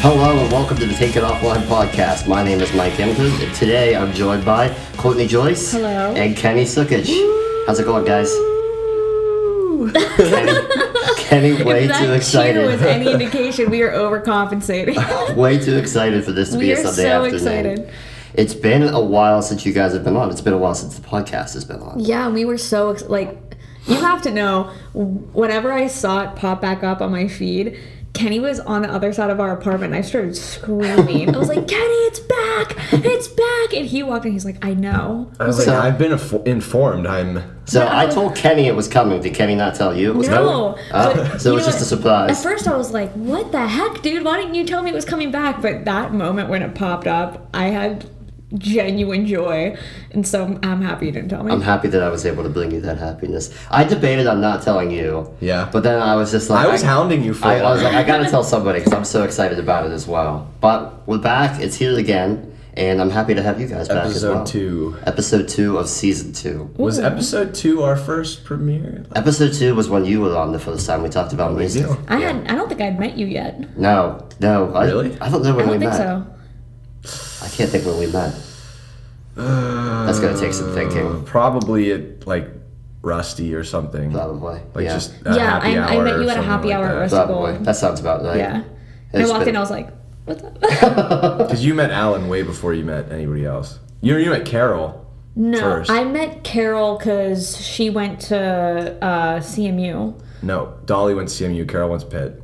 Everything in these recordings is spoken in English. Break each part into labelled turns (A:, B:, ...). A: Hello and welcome to the Take It Offline podcast. My name is Mike Emden, and today I'm joined by Courtney Joyce
B: Hello.
A: and Kenny Sukic. How's it going, guys? Kenny, Kenny way
B: if that
A: too
B: cheer was
A: excited.
B: any indication, we are overcompensating.
A: way too excited for this to be
B: We
A: a
B: are
A: Sunday
B: so
A: afternoon.
B: excited.
A: It's been a while since you guys have been on. It's been a while since the podcast has been on.
B: yeah, we were so ex- like, you have to know. Whenever I saw it pop back up on my feed, Kenny was on the other side of our apartment. And I started screaming. I was like, Kenny, it's back! It's back! And he walked in. He's like, I know.
C: I was like,
A: So-
C: I've been affo- informed. I'm.
A: So I told Kenny it was coming. Did Kenny not tell you it was
B: No.
A: coming? Oh,
B: But
A: so it
B: you
A: was
B: know
A: just a
B: what? At
A: surprise.
B: first, I was like, "What the heck, dude? Why didn't you tell me it was coming back?" But that moment when it popped up, I had genuine joy, and so I'm happy you didn't tell me.
A: I'm happy that I was able to bring you that happiness. I debated on not telling you.
C: Yeah.
A: But then I was just like,
C: I was hounding you for.
A: I,
C: a
A: I was
C: while.
A: like, I gotta tell somebody because I'm so excited about it as well. But we're back. It's here again, and I'm happy to have you guys back as
C: episode
A: well.
C: two.
A: Episode two of season two.
C: Was episode two our first premiere?
A: Episode two was when you were on the first time. We talked about music.
C: do.
B: I had I don't think I'd met you yet.
A: No, no. I,
C: Really?
A: I don't know when
B: I
A: we
B: don't think
A: met.
B: so.
A: I can't think when we met.
C: Uh,
A: That's gonna take some thinking,
C: Probably at like Rusty or something.
A: probably.
C: Like
A: yeah.
C: just. A
B: Yeah,
C: happy
B: I- I
C: hour
B: met
C: or
B: you at a
C: something
B: happy
C: like
B: hour at Rusty.
A: probably. That sounds about right.
B: Yeah. And I
A: It's
B: walked
A: been-
B: in. I was like, "What's up?"
C: Because you met Alan way before you met anybody else. You you met Carol.
B: no,
C: First.
B: I met Carol because she went to uh, CMU.
C: No, Dolly went CMU. Carol went Pitt.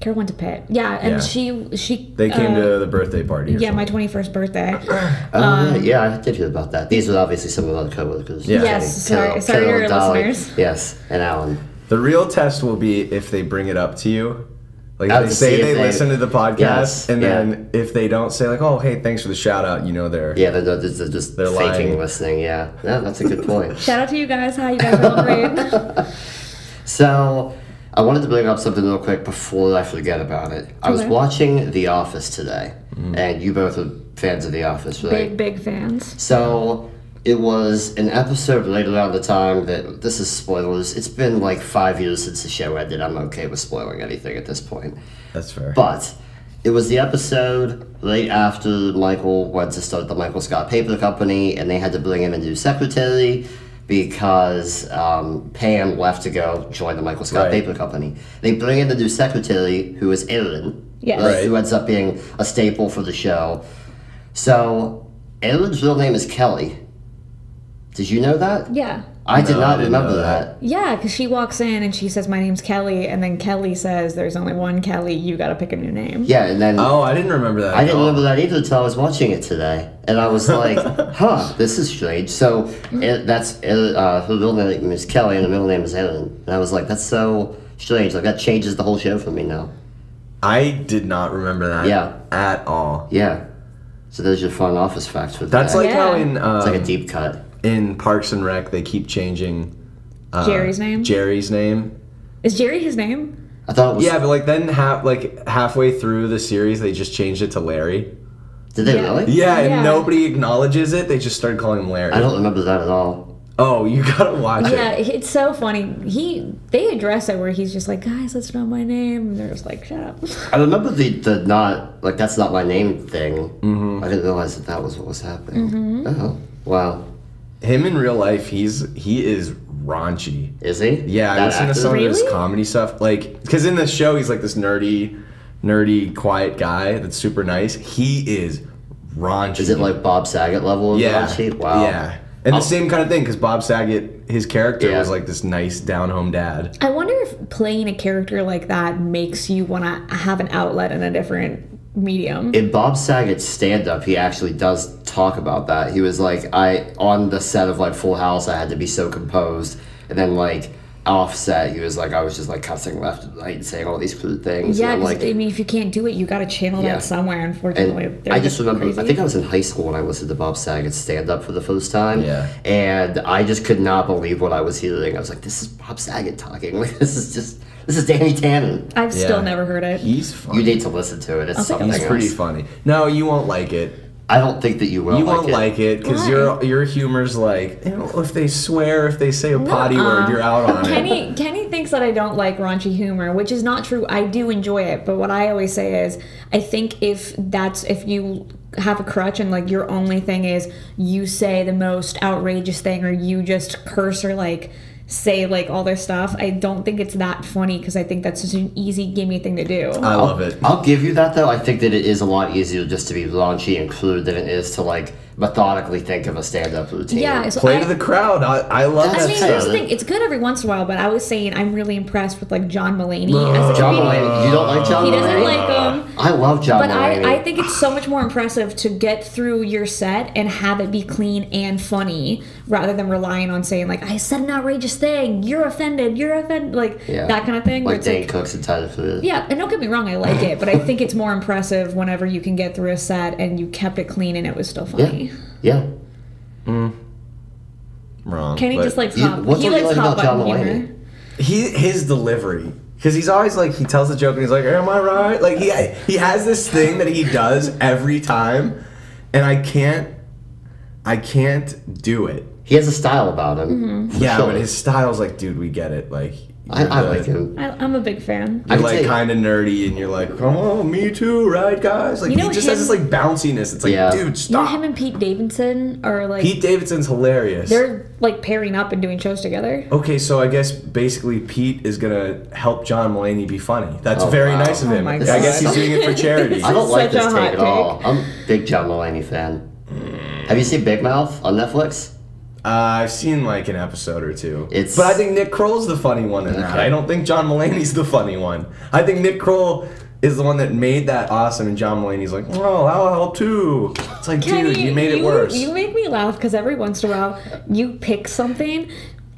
B: Carol went to Pitt. Yeah, and
C: Yeah.
B: she she
C: They came
B: uh,
C: to the birthday party. Or
B: yeah my
C: something.
B: 21st birthday.
A: Oh,
B: Um,
A: right. yeah, I did hear about that. These were obviously some of our coworkers.
C: Yeah.
B: Yes,
A: Carol-
B: sorry- sorry to
A: Carol
B: your
A: Dolly.
B: listeners.
A: Yes, and Alan.
C: The real test will be if they bring it up to you. Like
A: Oh,
C: if
A: to
C: they
A: see
C: say
A: if
C: they,
A: they-
C: listen to the podcast,
A: Yes,
C: and
A: yeah.
C: then if they don't say like, "Oh, hey, thanks for the shout out," you know they're
A: Yeah, they're, they're just- just
C: They're
A: faking
C: lying.
A: listening. Yeah, yeah, that's a good point.
B: Shout out to you guys. Hi, you guys are all great.
A: so, I wanted to bring up something real quick before I forget about it. I was
B: Okay.
A: watching The Office today,
C: Mm.
A: and you both are fans of The Office, right?
B: Big, big fans.
A: So it was an episode right around the time that this is spoilers. It's been like five years since the show ended. I'm okay with spoiling anything at this point.
C: that's fair.
A: But it was the episode right after Michael went to start the Michael Scott Paper Company, and they had to bring in a new secretary because um, Pam left to go join the Michael Scott
C: Right.
A: Paper Company. They bring in the new secretary, who is Erin,
B: Yes.
A: right,
C: Right.
A: who ends up being a staple for the show. So Erin's real name is Kelly. Did you know that?
B: Yeah.
A: I did
C: No, I
A: not
C: didn't
A: remember
C: know
A: that.
C: that.
B: Yeah, because she walks in and she says, My name's Kelly. And then Kelly says, There's only one Kelly. You got to pick a new name.
A: Yeah, and then
C: oh, I didn't remember that.
A: I
C: at
A: didn't
C: all.
A: remember that either until I was watching it today, and I was like, "Huh, this is strange." So
C: Mm-hmm.
A: it, that's uh, her real name is Kelly, and her middle name is Ellen, and I was like, "That's so strange. Like that changes the whole show for me now."
C: I did not remember that.
A: Yeah.
C: At all.
A: Yeah. So there's your fun office facts for
C: That's
A: today.
C: like how
B: Yeah.
C: in um,
A: it's like a deep cut.
C: in Parks and Rec they keep changing uh,
B: Jerry's name?
C: Jerry's name.
B: Is Jerry his name?
A: I thought it was.
C: Yeah, but like then half like halfway through the series they just changed it to Larry.
A: Did they
B: Yeah.
A: really?
C: Yeah, and
B: Yeah.
C: nobody acknowledges it. They just started calling him Larry.
A: I don't remember that at all.
C: oh, you gotta watch it.
B: Yeah, it's so funny. He They address it where he's just like, Guys, that's not my name. And they're just like, Shut up.
A: I remember the, the not like that's not my name thing. Mm-hmm. I didn't realize that that was what was happening. Oh wow,
C: Him in real life, he's he is raunchy.
A: is he?
C: Yeah, I
A: That
C: listen to
A: actor?
C: some of his
B: Really?
C: comedy stuff. Like, because in the show, he's like this nerdy, nerdy, quiet guy that's super nice. He is raunchy.
A: Is it like Bob Saget level? Of
C: yeah,
A: raunchy? Wow. Oh.
C: yeah, and the same kind of thing. Because Bob Saget, his character
A: Yeah.
C: was like this nice, down home dad.
B: I wonder if playing a character like that makes you want to have an outlet in a different medium.
A: in Bob Saget's stand up, he actually does talk about that. He was like, I on the set of like Full House, I had to be so composed, and then like offset, he was like, I was just like cussing left and right and saying all these crude things.
B: yeah,
A: and I'm
B: 'cause,
A: like,
B: I mean, if you can't do it, you got to channel
A: Yeah.
B: that somewhere,
A: and
B: unfortunately. They're
A: I just remember, I
B: crazy.
A: think I was in high school when I listened to Bob Saget stand up for the first time.
C: Yeah.
A: And I just could not believe what I was hearing. I was like, this is Bob Saget talking. Like, this is just, this is Danny Tannen.
B: I've still
C: Yeah.
B: never heard it.
C: He's
A: You
C: funny.
A: need to listen to it. It's
B: think I'll
A: something
B: listen.
C: He's pretty
A: else.
C: funny. No, you won't like it.
A: I don't think that you will.
C: You
A: like
C: won't
A: it.
C: like it because
B: Why?
C: your your humor's like you know, if they swear, if they say a potty word, you're out on it.
B: Kenny Kenny thinks that I don't like raunchy humor, which is not true. I do enjoy it, but what I always say is, I think if that's if you have a crutch and like your only thing is you say the most outrageous thing or you just curse or like say like all their stuff, I don't think it's that funny because I think that's just an easy gimme thing to do.
C: I love it.
A: I'll give you that though. I think that it is a lot easier just to be raunchy and crude than it is to like methodically think of a stand-up routine.
B: yeah, so
C: Play
B: I,
C: to the crowd. I, I love
B: I
A: That's
C: that
B: mean,
A: fair.
B: here's
C: stuff.
B: the thing. It's good every once in a while, but I was saying I'm really impressed with like John Mulaney as a
A: John
B: comedian.
A: Mulaney. You don't like John
B: He doesn't
A: Mulaney?
B: like um,
A: I love John
B: But
A: Mulaney.
B: I, I think it's so much more impressive to get through your set and have it be clean and funny rather than relying on saying like I said an outrageous thing, you're offended, you're offended, like
A: Yeah.
B: that kind of thing. where
A: like
B: it's
A: Dane
B: like,
A: Cook's entitled to it.
B: yeah, and don't get me wrong, I like it, but I think it's more impressive whenever you can get through a set and you kept it clean and it was still funny.
A: Yeah. Yeah.
C: Wrong.
B: Kenny
C: but
B: just likes
A: You-
B: hot.
A: what
B: He
A: don't you
B: likes
A: like
B: hot
A: about John
B: button
A: Mulaney?
B: humor.
C: he his delivery because he's always like he tells the joke and he's like, "Am I right?" Like he he has this thing that he does every time, and I can't I can't do it.
A: He has a style about
B: Mm-hmm.
A: him. for
C: Yeah,
A: sure.
C: but his style's like, dude, we get it. Like
A: I,
C: you're
A: I
C: the-
A: like him.
B: I, I'm a big fan.
A: I
C: You're
A: can
C: like
A: tell
C: kind of nerdy, and you're like, "Come on, me too, right, guys?" Like
B: You know
C: he just
B: him-
C: has this like bounciness. It's like,
A: Yeah.
C: dude,
B: You know, him
C: stop.
B: and Pete Davidson are like
C: Pete Davidson's hilarious.
B: they're like pairing up and doing shows together.
C: Okay, so I guess basically Pete is gonna help John Mulaney be funny. That's
A: Oh,
C: very
A: wow.
C: nice of
B: Oh
C: him.
B: my
C: I
B: God.
C: guess he's doing it for charity. Uh,
A: I don't like
B: Such a
A: this
B: hot
A: take at all. I'm a big John Mulaney fan. Have you seen Big Mouth on Netflix?
C: Uh, I've seen like an episode or two.
A: It's-
C: but I think Nick Kroll's the funny one in that.
A: Okay.
C: I don't think John Mulaney's the funny one. I think Nick Kroll is the one that made that awesome, and John Mulaney's like, oh, I'll help too. It's like, dude,
B: Kenny,
C: you made it worse.
B: You make me laugh because every once in a while you pick something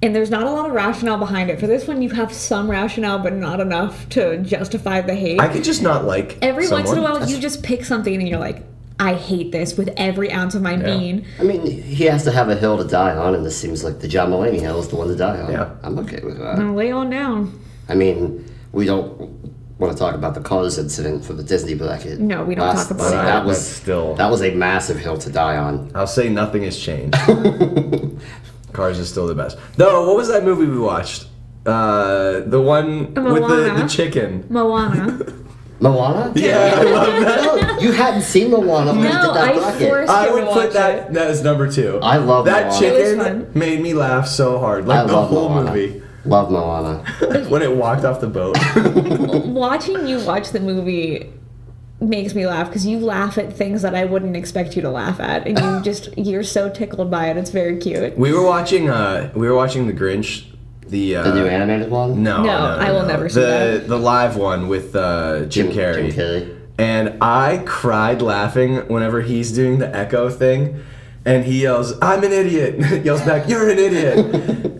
B: and there's not a lot of rationale behind it. For this one, you have some rationale, but not enough to justify the hate.
C: I could just not like
B: every once in a
C: someone.
B: while, you just pick something and you're like, I hate this with every ounce of my being.
A: I mean, he has to have a hill to die on, and this seems like the John Mulaney hill is the one to die on.
C: Yeah.
A: I'm okay with that.
B: Now lay on down.
A: I mean, we don't want to talk about the cars incident for the Disney bracket.
B: No, we don't talk about
A: see,
B: that.
A: That was
C: But still-
A: that was a massive hill to die on.
C: I'll say nothing has changed. Cars is still the best. No, what was that movie we watched? Uh, the one with the, the
B: Moana.
C: chicken.
B: Moana.
A: Moana?
C: Yeah, I love that.
A: you hadn't seen Moana when we
B: No,
A: did that
B: I
A: bracket.
B: forced-
C: I
B: Yeah,
C: would
B: we
C: put
B: watch
C: that that as number two.
A: I love
C: that
A: Moana.
B: It was
C: chicken
B: fun.
C: made me laugh so hard, like
A: I
C: the
A: love
C: whole
A: Moana.
C: movie
A: Love Moana.
C: when it walked off the boat.
B: Watching you watch the movie makes me laugh because you laugh at things that I wouldn't expect you to laugh at, and you just you're so tickled by it. It's very cute.
C: we were watching uh we were watching The Grinch, the uh,
A: The new animated one?
C: no,
B: No, I will never see
C: the,
B: that.
C: The live one with uh, Jim, Carrey.
A: Jim Carrey.
C: And I cried laughing whenever he's doing the echo thing. And he yells, I'm an idiot. And it yells back, You're an idiot.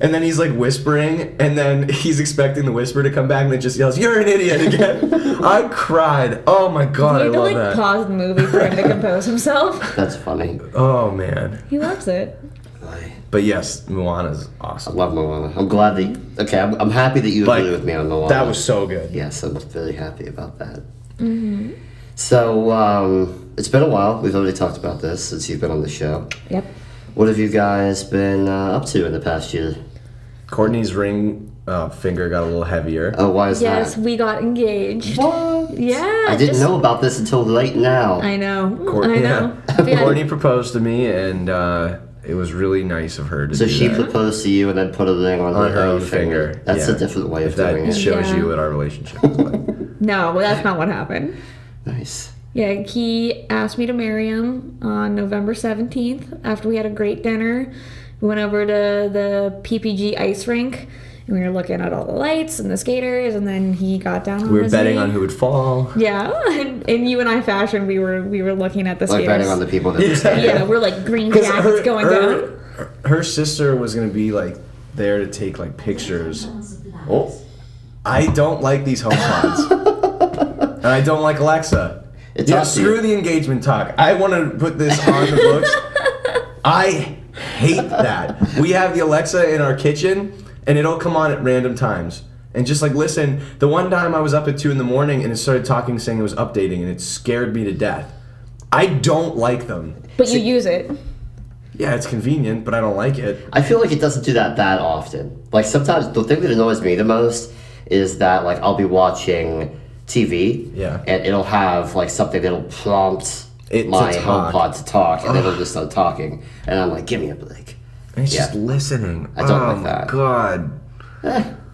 C: and then he's like whispering. And then he's expecting the whisper to come back. And it just yells, You're an idiot again. I cried. Oh my God. I
B: You had to
C: love
B: like
C: that.
B: pause the movie for him to compose himself.
A: That's funny.
C: oh man.
B: He loves it.
A: I
C: But yes, Moana's awesome.
A: love Moana. I'm glad that. Okay, I'm, I'm happy that you
C: Like,
A: agree with me on Moana.
C: That was so good.
A: Yes, I'm very happy about that.
B: Mm-hmm.
A: So, um, it's been a while. We've already talked about this since you've been on the show.
B: Yep.
A: What have you guys been uh, up to in the past year?
C: Courtney's ring uh, finger got a little heavier.
A: Oh, why is
B: Yes,
A: that?
B: we got engaged.
A: What?
B: Yeah.
A: I didn't
B: just-
A: know about this until right now.
B: I know.
C: Court-
B: I know. But yeah,
C: Courtney proposed to me, and uh, it was really nice of her to
A: so
C: do
A: she
C: that.
A: proposed to you and then put a ring on,
C: on her own finger.
A: That's
C: Yeah.
A: a different way of
C: If that
A: doing it.
C: shows
B: Yeah.
C: you what our relationship is like.
B: No, that's not what happened.
A: Nice.
B: Yeah, he asked me to marry him on November 17th after we had a great dinner. We went over to the PPG ice rink and we were looking at all the lights and the skaters, and then he got down on
C: We were
B: his
C: betting
B: knee.
C: on who would fall.
B: Yeah, and, and you and I fashion, we were we were looking at the
A: Like
B: skaters.
A: betting on the people that yeah.
B: yeah, we're like green
C: 'Cause
B: jackets going down.
C: her, her sister was gonna be like there to take like pictures. Oh, I don't like these home pods, and I don't like Alexa.
A: It's
C: yeah,
A: up to
C: screw
A: you.
C: the engagement talk. I want to put this on the books. I hate that. We have the Alexa in our kitchen, and it'll come on at random times. And just like listen, the one time I was up at two in the morning and it started talking, saying it was updating, and it scared me to death. I don't like them.
B: But you use it.
C: Yeah, it's convenient, but I don't like it.
A: I feel like it doesn't do that that often. Like sometimes the thing that annoys me the most is that like I'll be watching TV,
C: Yeah.
A: and it'll have like something that'll prompt
C: It to
A: my
C: talk.
A: HomePod to talk, and then it'll just start talking, and I'm like, give me a break.
C: And it's
A: Yeah.
C: just listening.
A: I don't
C: oh
A: like
C: my
A: that.
C: God.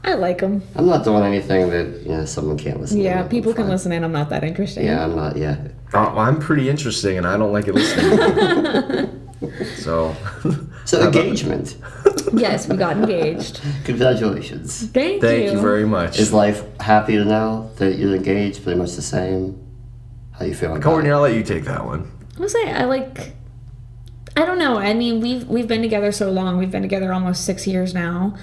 B: I like them.
A: I'm not doing anything that you know someone can't listen. to.
B: Yeah,
A: I'm
B: people can
A: fine.
B: listen in. I'm not that interesting.
A: Yeah, I'm not. Yeah,
C: Uh, well, I'm pretty interesting, and I don't like it listening. so,
A: so engagement.
B: Yes, we got engaged.
A: Congratulations.
B: Thank,
C: thank
B: you.
C: you very much.
A: Is life happier now that you're engaged? Pretty much the same. How you feeling? about it?
C: Courtney, I'll let you take that one.
B: I'll say I like. I don't know. I mean, we've we've been together so long. We've been together almost six years now.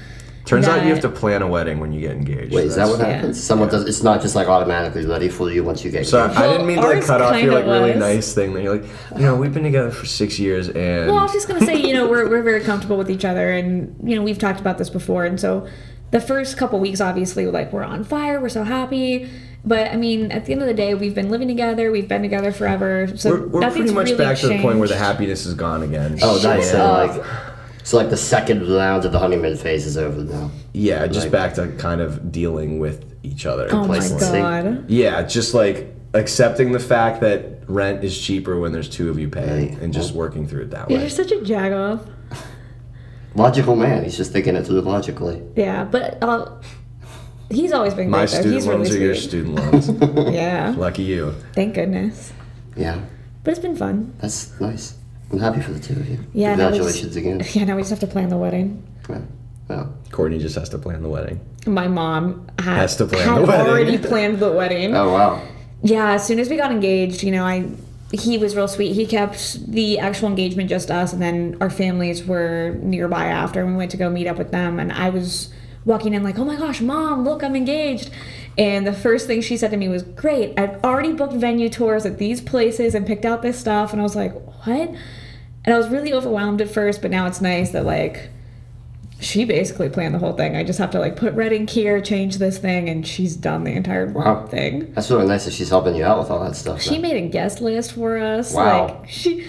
C: Turns out you
B: That-
C: have to plan a wedding when you get engaged.
A: Wait, is that what
B: Yeah.
A: happens? Someone does. It's not just like automatically ready for you once you get.
C: So
A: engaged.
C: I
B: Well,
C: didn't mean to like
B: ours
C: cut off your
B: kinda
C: like really
B: was.
C: nice thing that you're like, you know, we've been together for six years and
B: Well, I was just gonna say, you know, we're we're very comfortable with each other, and you know, we've talked about this before, and so the first couple weeks, obviously, like we're on fire, we're so happy, but I mean, at the end of the day, we've been living together, we've been together forever, so
C: we're, we're
B: nothing's
C: pretty much
B: really
C: back to the point where the
B: changed.
C: happiness is gone again.
A: Oh, nice. So
B: up.
A: like, so like the second round of the honeymoon phase is over now.
C: yeah, just
A: Like-
C: back to kind of dealing with each other.
B: Oh my
A: complacency.
B: god!
C: Yeah, just like accepting the fact that rent is cheaper when there's two of you paying
A: Right.
C: and just working through it that
B: You're
C: way.
B: such a jag off.
A: Logical man. He's just thinking it through logically.
B: Yeah, but uh, he's always been
C: My
B: great. though.
C: student
B: "Oh, He's
C: loans
B: really
C: are your
B: sweet.
C: student loans.
B: Yeah,
C: Lucky you.
B: thank goodness.
A: Yeah,
B: But it's been fun.
A: that's nice. I'm happy for the two of you.
B: Yeah, that was-
A: Congratulations again.
B: Yeah, now we just have to plan the wedding.
A: Yeah. Well,
C: Courtney just has to plan the wedding.
B: My mom had,
C: Has to plan
B: had
C: the wedding.
B: already planned the wedding.
A: Oh wow.
B: Yeah, as soon as we got engaged, you know, I he was real sweet. He kept the actual engagement just us, and then our families were nearby after, and we went to go meet up with them. And I was walking in like, "Oh my gosh, mom, look, I'm engaged!" And the first thing she said to me was, "Great, I've already booked venue tours at these places and picked out this stuff." And I was like, "What?" And I was really overwhelmed at first, but now it's nice that like she basically planned the whole thing. I just have to like put red ink here, change this thing, and she's done the entire
A: Wow.
B: thing.
A: That's really nice that she's helping you out with all that stuff.
B: She
A: then.
B: made a guest list for us.
A: Wow.
B: Like she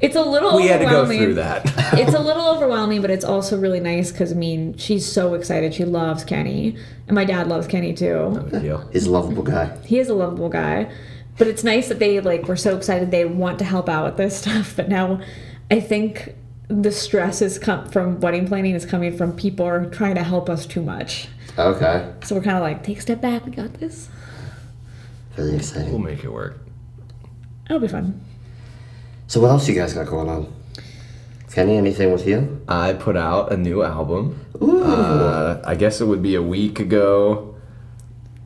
B: it's a little
C: We had to go
B: overwhelming.
C: through that.
B: it's a little overwhelming, but it's also really nice because I mean she's so excited. She loves Kenny. And my dad loves Kenny too.
C: Deal.
A: He's a lovable guy.
B: He is a lovable guy. But it's nice that they like were so excited they want to help out with this stuff. But now I think the stress is com- from wedding planning is coming from people are trying to help us too much.
A: Okay.
B: So we're kind of like, take a step back. We got this.
A: Really
C: We'll
A: exciting.
C: make it work.
B: It'll be fun.
A: So what else you guys got going on? Kenny, anything with you?
C: I put out a new album. Uh, I guess it would be a week ago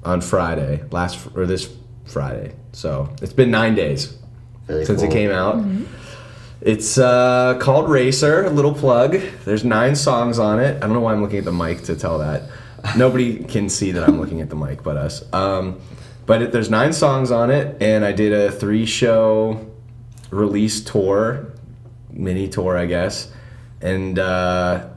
C: on Friday, last fr- or this Friday. So it's been nine days
A: Really
C: since
A: cool.
C: it came out. It's uh, called Racer. Little plug. There's nine songs on it. I don't know why I'm looking at the mic to tell that. Nobody can see that I'm looking at the mic, but us. Um, but it, there's nine songs on it, and I did a three-show release tour, mini tour, I guess. And uh,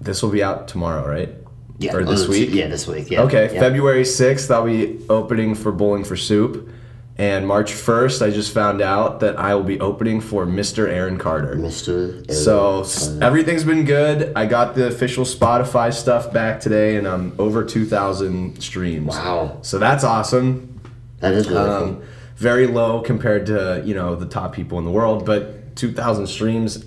C: this will be out tomorrow, right?
A: Yeah.
C: Or this
A: oh,
C: week?
A: Yeah, this week. Yeah.
C: Okay,
A: Yeah.
C: February 6th, I'll be opening for Bowling for Soup. And March 1st, I just found out that I will be opening for Mr. Aaron Carter.
A: Mr.
C: So s- everything's been good. I got the official Spotify stuff back today, and I'm over 2,000 streams.
A: Wow.
C: So that's awesome.
A: That is really cool.
C: Um, very low compared to, you know, the top people in the world, but 2,000 streams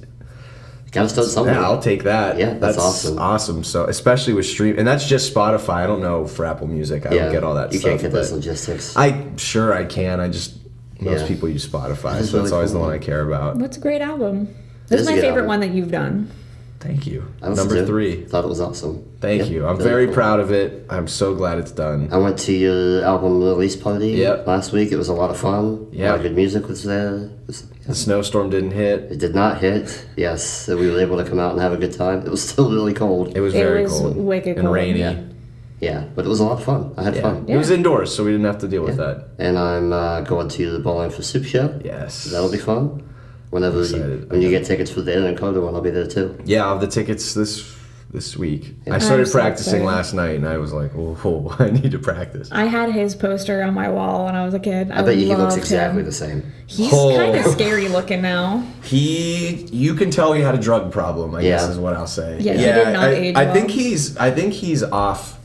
A: Gotta start something.
C: yeah, I'll take that.
A: Yeah, that's awesome.
C: Awesome. So especially with stream, and that's just Spotify. I don't know for Apple Music. I
A: yeah.
C: don't get all that.
A: You
C: stuff,
A: can't get those
C: but
A: logistics.
C: I sure I can. I just most
A: Yeah.
C: people use Spotify,
A: is
C: so
A: really
C: that's always
A: cool.
C: the one I care about.
B: What's a great album?
A: It
B: This
A: is
B: is
A: a
B: my
A: good
B: favorite
A: album.
B: one that you've done.
C: Thank you.
A: I listened
C: Number
A: to it.
C: three.
A: Thought it was awesome.
C: Thank
A: Yeah,
C: you. I'm
A: really
C: very
A: cool.
C: proud of it. I'm so glad it's done.
A: I went to your album release party
C: Yep.
A: last week. It was a lot of fun. A lot
C: Yeah.
A: of good music was there. It, was-
C: The snowstorm didn't hit.
A: it did not hit. Yes, so we were able to come out and have a good time. It was still really cold.
C: It was
B: It
C: very
B: was
C: cold
B: wicked
C: and
B: cold,
C: rainy.
B: yeah.
A: Yeah, but it was a lot of fun. I had
C: Yeah.
A: fun.
C: It was indoors, so we didn't have to deal with that.
A: And I'm uh, going to the Bowling for Soup show.
C: Yes.
A: That'll be fun. Whenever you,
C: excited.
A: when you get tickets for the Aaron Carter one, I'll be there too.
C: Yeah, I have the tickets this this week. I started
B: so
C: practicing
B: excited.
C: last night, and I was like, "Whoa, I need to practice."
B: I had his poster on my wall when I was a kid. I,
A: I bet you he looks
B: loved
A: exactly
B: him.
A: the same.
B: He's
C: Oh.
B: kind of scary looking now.
C: He, you can tell he had a drug problem. I guess
A: Yeah.
C: is what I'll say.
B: Yeah, he did not
C: I,
B: age
C: I
B: well.
C: think he's, I think he's off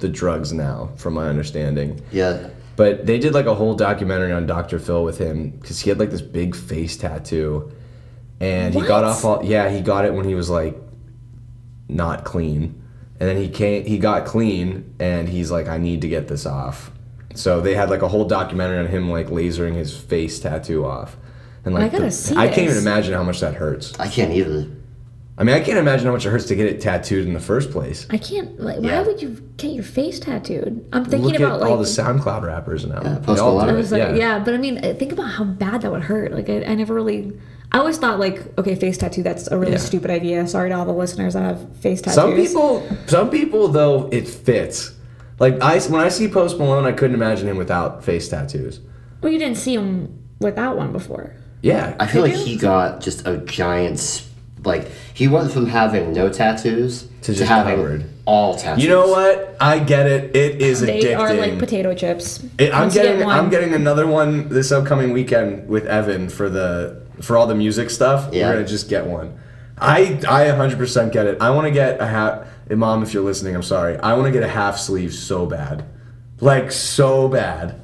C: the drugs now, from my understanding.
A: Yeah.
C: But they did like a whole documentary on Dr. Phil with him because he had like this big face tattoo, and he
B: What?
C: got off all. Yeah, he got it when he was like not clean, and then he came. He got clean, and he's like, I need to get this off. So they had like a whole documentary on him like lasering his face tattoo off, and like
B: I gotta see
C: I can't even
B: this.
C: imagine how much that hurts.
A: I can't either.
C: I mean, I can't imagine how much it hurts to get it tattooed in the first place.
B: I can't. Like,
A: Yeah.
B: Why would you get your face tattooed? I'm thinking
C: Look at
B: about like.
C: all the SoundCloud rappers now. They
A: Post
C: all do
A: Malone.
B: I
C: it,
B: was like, yeah. but I mean, I- think about how bad that would hurt. Like, I, I never really. I always thought like, okay, face tattoo. That's a really
C: Yeah.
B: stupid idea. Sorry to all the listeners that have face tattoos.
C: Some people, some people though, it fits. Like I, when I see Post Malone, I couldn't imagine him without face tattoos.
B: Well, you didn't see him without one before.
C: Yeah,
A: I feel
B: Did
A: like
B: you?
A: he got just a giant, s- like he went from having no tattoos to,
C: just
A: having
C: covered.
A: all tattoos.
C: you know what? I get it. It is
B: They
C: addicting.
B: are like potato chips.
C: It- I'm
B: Once you get
C: getting,
B: one-
C: I'm getting another one this upcoming weekend with Evan for the for all the music stuff.
A: Yeah.
C: We're gonna just get one. I I 100% get it. I want to get a half. eh, Mom, if you're listening, I'm sorry. I want to get a half sleeve so bad, like so bad.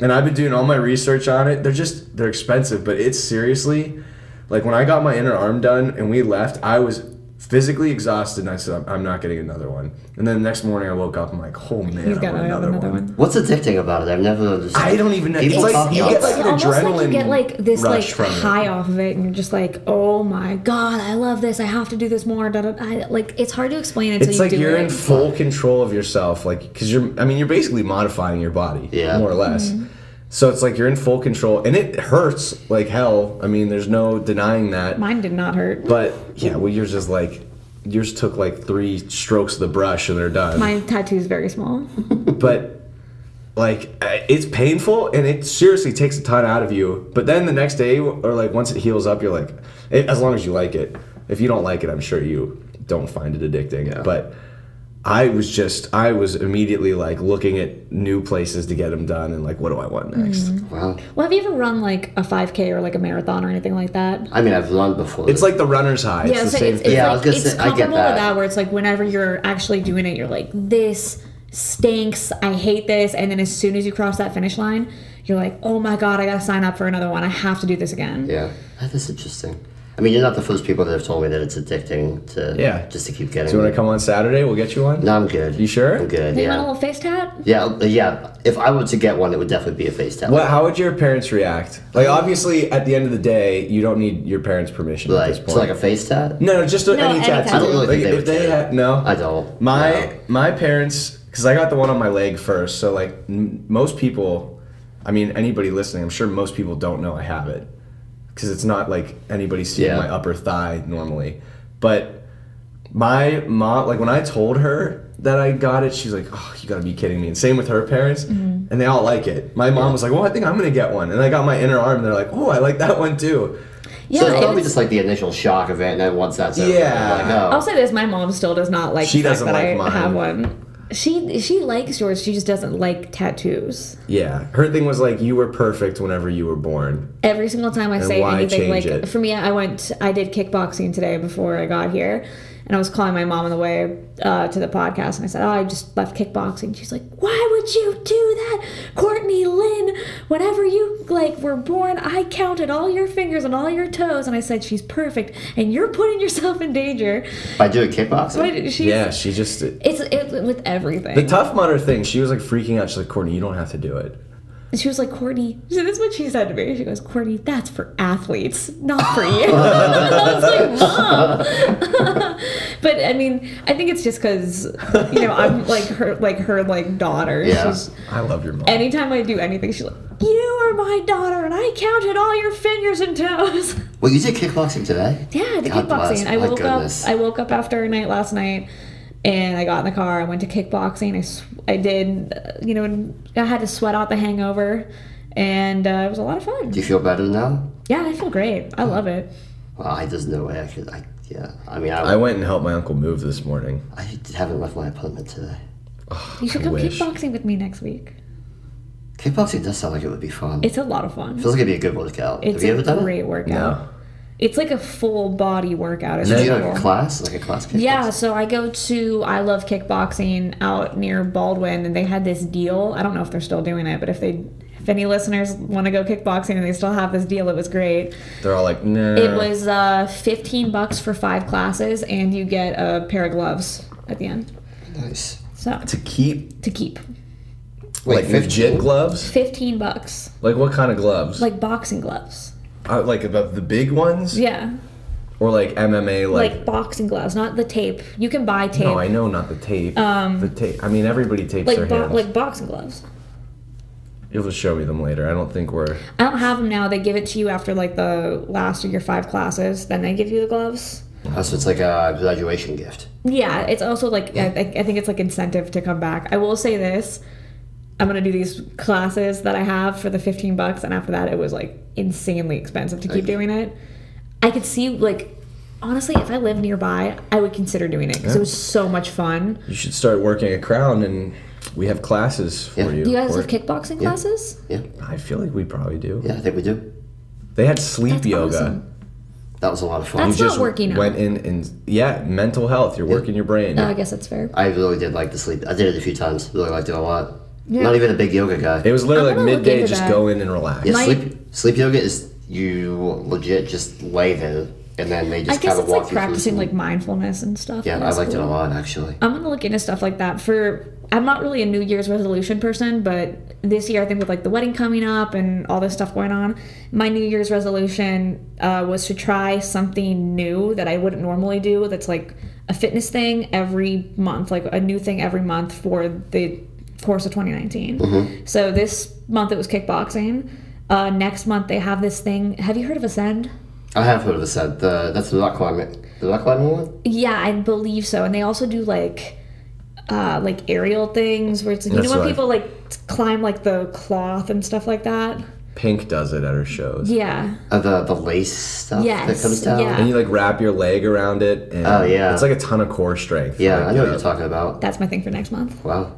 C: And I've been doing all my research on it. They're just they're expensive, but it's seriously like when I got my inner arm done and we left, I was physically exhausted and I said I'm- I'm not getting another one. And then the next morning I woke up, I'm like, oh man,
B: He's
C: I
B: got
C: want
B: I have
C: another, one.
A: What's addicting about it? I've never understood.
C: I don't even know.
A: People
C: it's
A: talk
C: like you
A: about
C: get
A: it.
C: like an
B: Almost
C: adrenaline
B: like you get like this like
C: rush from
B: high
C: It.
B: off of it, and you're just like, oh my god, I love this. I have to do this more. Da, da, I, like it's hard to explain until
C: It's
B: you
C: like
B: do
C: you're
B: it.
C: in full control of yourself, like because you're. I mean, you're basically modifying your body,
A: Yeah.
C: more or less.
B: Mm-hmm.
C: So it's like you're in full control, and it hurts like hell. I mean, there's no denying that.
B: Mine did not hurt.
C: But yeah, well, yours is like yours took like three strokes of the brush and they're done.
B: My tattoo is very small.
C: but like uh, it's painful and it seriously takes a ton out of you but then the next day or like once it heals up you're like it, as long as you like it if you don't like it i'm sure you don't find it addicting
A: Yeah.
C: but i was just i was immediately like looking at new places to get them done and like what do i want next
B: Mm-hmm.
A: Wow.
B: Well, have you ever run like a 5K or like a marathon or anything like that?
A: I mean, I've run before.
C: it's like the runner's high
B: Yeah, so
C: it's the same
B: it's, it's,
C: thing
A: Yeah, I was
B: like,
A: gonna
B: it's
A: say, I get
B: comparable to
A: that.
B: that, where it's like whenever you're actually doing it, you're like, this stinks. I hate this. And then as soon as you cross that finish line, you're like, oh my God, I got to sign up for another one. I have to do this again.
A: yeah, that is interesting. I mean, you're not the first people that have told me that it's addicting to
C: Yeah.
A: just to keep getting.
C: do you want
A: it.
C: to come on saturday we'll get you one
A: No, I'm good.
C: you sure
A: I'm good.
B: They want a
A: yeah.
B: little face tat?
A: Yeah, uh, yeah. If I were to get one, it would definitely be a face tattoo.
C: What, how would your parents react? Like, obviously, at the end of the day, you don't need your parents' permission at
A: Like,
C: this point.
A: so like a face tat?
C: No, no, just any,
B: any
C: tattoo.
B: tattoo. I don't
A: really think
C: Like,
A: they
C: if
A: would
C: they
A: care.
C: had no,
A: I don't.
C: My
A: No.
C: my parents, because I got the one on my leg first. So like n- most people, I mean anybody listening, I'm sure most people don't know I have it because it's not like anybody seeing
A: Yeah.
C: my upper thigh normally. But my mom, like when I told her that I got it, she's like, "Oh, you gotta be kidding me!" And same with her parents, and they all like it. My mom was like, "Well, I think I'm gonna get one," and I got my inner arm. And they're like, "Oh, I like that one too."
B: Yeah.
A: so it's
B: it
A: probably
B: was-
A: just like the initial shock of it, and then once that's over,
C: Yeah.
A: like, oh.
B: I'll say this: my mom still does not like.
C: She
B: the fact
C: doesn't
B: that
C: like
B: I
C: mine.
B: Have one. She she likes yours. She just doesn't like tattoos.
C: Yeah, her thing was like, "You were perfect whenever you were born."
B: Every single time I say
C: why
B: anything, like
C: change it?
B: for me, I went. I did kickboxing today before I got here, and I was calling my mom on the way uh, to the podcast, and I said, "Oh, I just left kickboxing." She's like, "Why would you do that, Courtney Lynn? Whenever you like were born, I counted all your fingers and all your toes." And I said, "She's perfect, and you're putting yourself in danger."
A: By doing kickboxing?
B: But she's
C: Yeah, she just the
B: it's it with everything.
C: tough mother thing. She was like freaking out. She's like, Courtney, you don't have to do it.
B: And she was like, Courtney, so this is what she said to me. She goes, Courtney, that's for athletes, not for you. I was like, Mom. but I mean, I think it's just because, you know, I'm like her, like her, like daughter.
A: Yeah.
B: She's,
C: I love your mom.
B: anytime I do anything, she's like, You are my daughter, and I counted all your fingers and toes.
A: Well, you did kickboxing today?
B: Yeah, the
A: God
B: kickboxing.
A: bless.
B: I
A: My
B: woke
A: goodness.
B: up. I woke up after a night last night, and I got in the car. I went to kickboxing. I s- I did. uh, You know, I had to sweat out the hangover, and uh, it was a lot of fun.
A: Do you feel better now?
B: Yeah, I feel great. I love it.
A: Well, I, there's no way I could. I Yeah, I mean, I,
C: I
A: I,
C: went and helped my uncle move this morning.
A: haven't left my apartment today.
B: You should
C: I
B: come
C: wish.
B: kickboxing with me next week.
A: Kickboxing does sound like it would be fun.
B: It's a lot of fun.
A: feels like it'd be a good workout. Have
B: It's
A: you
B: a
A: ever done
B: great
A: it?
B: workout.
C: No.
B: It's like a full body workout. It's
A: Did you
B: really
A: have a
B: cool.
A: class, like a class kickboxing?
B: Yeah, so I go to I Love Kickboxing out near Baldwin, and they had this deal. I don't know if they're still doing it, but if they, if any listeners want to go kickboxing and they still have this deal, it was great.
C: They're all like, no.
B: It was uh, fifteen bucks for five classes, and you get a pair of gloves at the end.
A: Nice.
B: So
C: to keep
B: to keep
A: Wait,
C: like legit
A: 15?
C: gloves.
B: fifteen bucks,
C: Like what kind of gloves?
B: like boxing gloves.
C: Uh, like about the big ones
B: Yeah,
C: or like MMA like.
B: like boxing gloves, not the tape. You can buy tape.
C: no, I know not the tape.
B: Um,
C: the tape. I mean, everybody tapes their
B: like bo-
C: hands.
B: like boxing gloves.
C: You'll just show me them later. I don't think we're.
B: I don't have them now. They give it to you after like the last of your five classes. Then they give you the gloves.
A: Oh, so it's like a graduation gift.
B: Yeah, it's also like I, I think it's like incentive to come back. I will say this: I'm gonna do these classes that I have for the 15 bucks, and after that, it was like insanely expensive to keep doing it. I could see like honestly, if I lived nearby, I would consider doing it because it was so much fun.
C: You should start working a crown, and we have classes for
A: Yeah.
C: you.
B: Do you guys
C: Or-
B: have kickboxing classes?
A: Yeah,
C: I feel like we probably do.
A: yeah, I think we do.
C: They had sleep
B: That's
C: yoga.
B: awesome.
A: That was a lot of fun.
B: That's- It's not working out.
C: Went in and yeah, mental health. You're working your brain.
B: Oh, I guess that's fair.
A: I really did like the sleep. I did it a few times. Really liked it a lot. Not even a big yoga guy.
C: it was literally
B: I'm
C: like
B: gonna look
C: midday.
B: into
C: Just
B: that.
C: go in and relax.
A: Yeah,
B: My-
A: sleep sleep yoga is you legit just lay there and then they
B: I
A: just
B: guess
A: kind of
B: it's
A: walk
B: like
A: you through
B: practicing
A: some-
B: like mindfulness and stuff.
A: yeah, I
B: That's
A: liked it a
B: cool.
A: lot actually.
B: I'm gonna look into stuff like that. For I'm not really a New Year's resolution person, but this year I think with like the wedding coming up and all this stuff going on, my New Year's resolution uh, was to try something new that I wouldn't normally do. That's like a fitness thing every month, like a new thing every month for the course of 2019. So this month it was kickboxing. Uh, next month they have this thing. Have you heard of Ascend?
A: I have heard of the set. The that's the rock climbing. The rock climbing one.
B: Yeah, I believe so. And they also do like uh like aerial things where it's like, you
C: That's
B: know when
C: right.
B: people like climb like the cloth and stuff like that.
C: Pink does it at her shows.
B: Yeah.
A: Uh, the the lace stuff that
B: Yes,
A: comes down.
B: yeah.
C: And you like wrap your leg around it. And
A: Oh, yeah.
C: It's like a ton of core strength.
A: Yeah,
C: Like,
A: I know what
C: uh,
A: you're talking about.
B: That's my thing for next month.
A: Wow,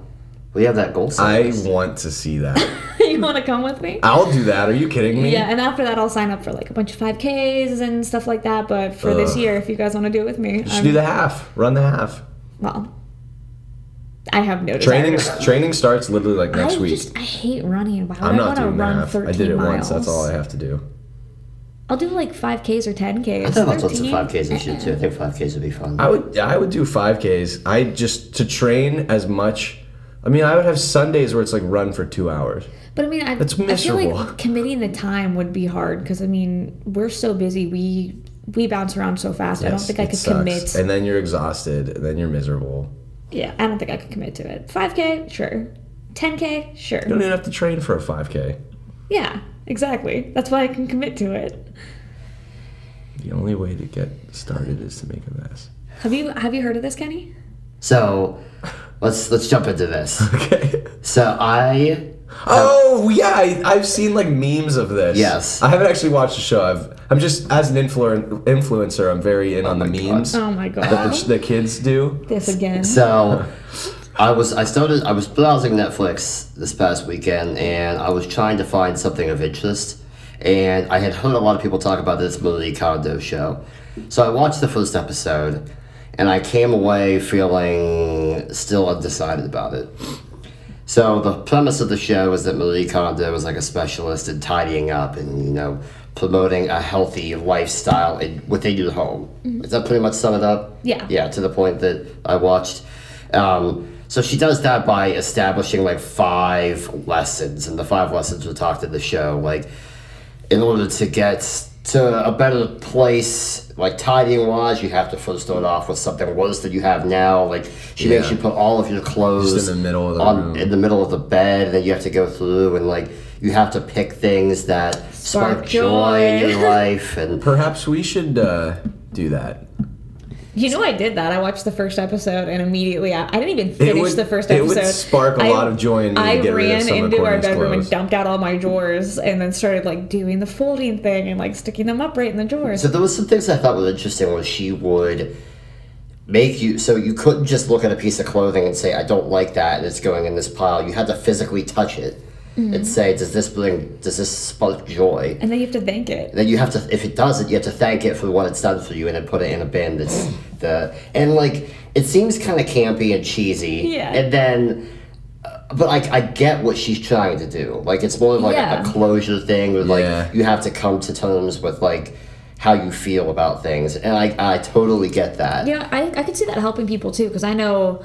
A: we have that goal set.
C: I want to see that.
B: you want to come with me?
C: I'll do that. Are you kidding me?
B: Yeah, and after that I'll sign up for like a bunch of 5Ks and stuff like that, but for this
C: Ugh.
B: year if you guys want to do it with me,
C: Just do the half. Run the half.
B: well. I have no desire
C: Training
B: to run.
C: training starts literally like next
B: I
C: week.
B: just I hate running. Why would
C: I'm
B: I
C: not
B: want to
C: doing the
B: run
C: half.
B: 13
C: I did it
B: miles?
C: once. That's all I have to do.
B: I'll do like 5Ks or 10Ks.
A: I thought about lots of
B: 13?
A: five Ks and shit too. I think five Ks would be fun.
C: I would I would do 5Ks. I just to train as much I mean, I would have Sundays where it's like run for 2 hours.
B: But I mean, I,
C: That's
B: I feel
C: miserable.
B: like committing the time would be hard because I mean we're so busy. We we bounce around so fast. I don't think I
C: It
B: could
C: sucks.
B: commit.
C: And then you're exhausted and then you're miserable.
B: yeah, I don't think I could commit to it. Five k, sure. Ten k, sure.
C: You don't even have to train for a 5K.
B: Yeah, exactly. That's why I can commit to it.
C: The only way to get started is to make a mess.
B: Have you have you heard of this, Kenny?
A: So let's let's jump into this.
C: Okay.
A: So I
C: Oh yeah, I, I've seen like memes of this.
A: Yes.
C: I haven't actually watched the show. I've, I'm just as an influen- influencer, I'm very in on the memes
B: Oh my
C: that
B: god,
C: the, the kids do.
B: this again.
A: So I was I started I was browsing Netflix this past weekend and I was trying to find something of interest and I had heard a lot of people talk about this Marie Kondo show. So I watched the first episode and I came away feeling still undecided about it. So the premise of the show is that Marie Kondo was like a specialist in tidying up and you know promoting a healthy lifestyle in, within your home. Is that pretty much sum it up?
B: Yeah.
A: Yeah, to the point that I watched. Um, so she does that by establishing like five lessons, and the five lessons were talked in the show. Like in order to get to a better place, like tidying wise, you have to first start off with something worse than you have now. Like she makes
C: Yeah.
A: you put all of your clothes
C: Just in the middle of the
A: on,
C: room.
A: in the middle of the bed that you have to go through, and like you have to pick things that spark,
B: Spark
A: joy in
B: joy.
A: your life and
C: Perhaps we should uh, do that.
B: You know, I did that. I watched the first episode and immediately I, I didn't even finish
C: would-
B: the first
C: it
B: episode.
C: would spark a
B: a
C: lot of joy in me to
B: I
C: get rid of
B: ran
C: some of
B: into our
C: Courtney's
B: bedroom
C: clothes.
B: and dumped out all my drawers and then started like doing the folding thing and like sticking them up right in the drawers.
A: So there was some things I thought were interesting was she would make you so you couldn't just look at a piece of clothing and say, I don't like that and it's going in this pile. You had to physically touch it and say, Does this bring does this spark joy?
B: and then you have to thank it.
A: Then you have to if it doesn't, you have to thank it for what it's done for you and then put it in a bin that's the and like it seems kinda campy and cheesy.
B: Yeah.
A: And then uh, but like I get what she's trying to do. Like it's more of like
B: Yeah.
A: a, a closure thing, where like
C: Yeah.
A: you have to come to terms with like how you feel about things, and I I totally get that.
B: Yeah, I, I could see that helping people too because I know,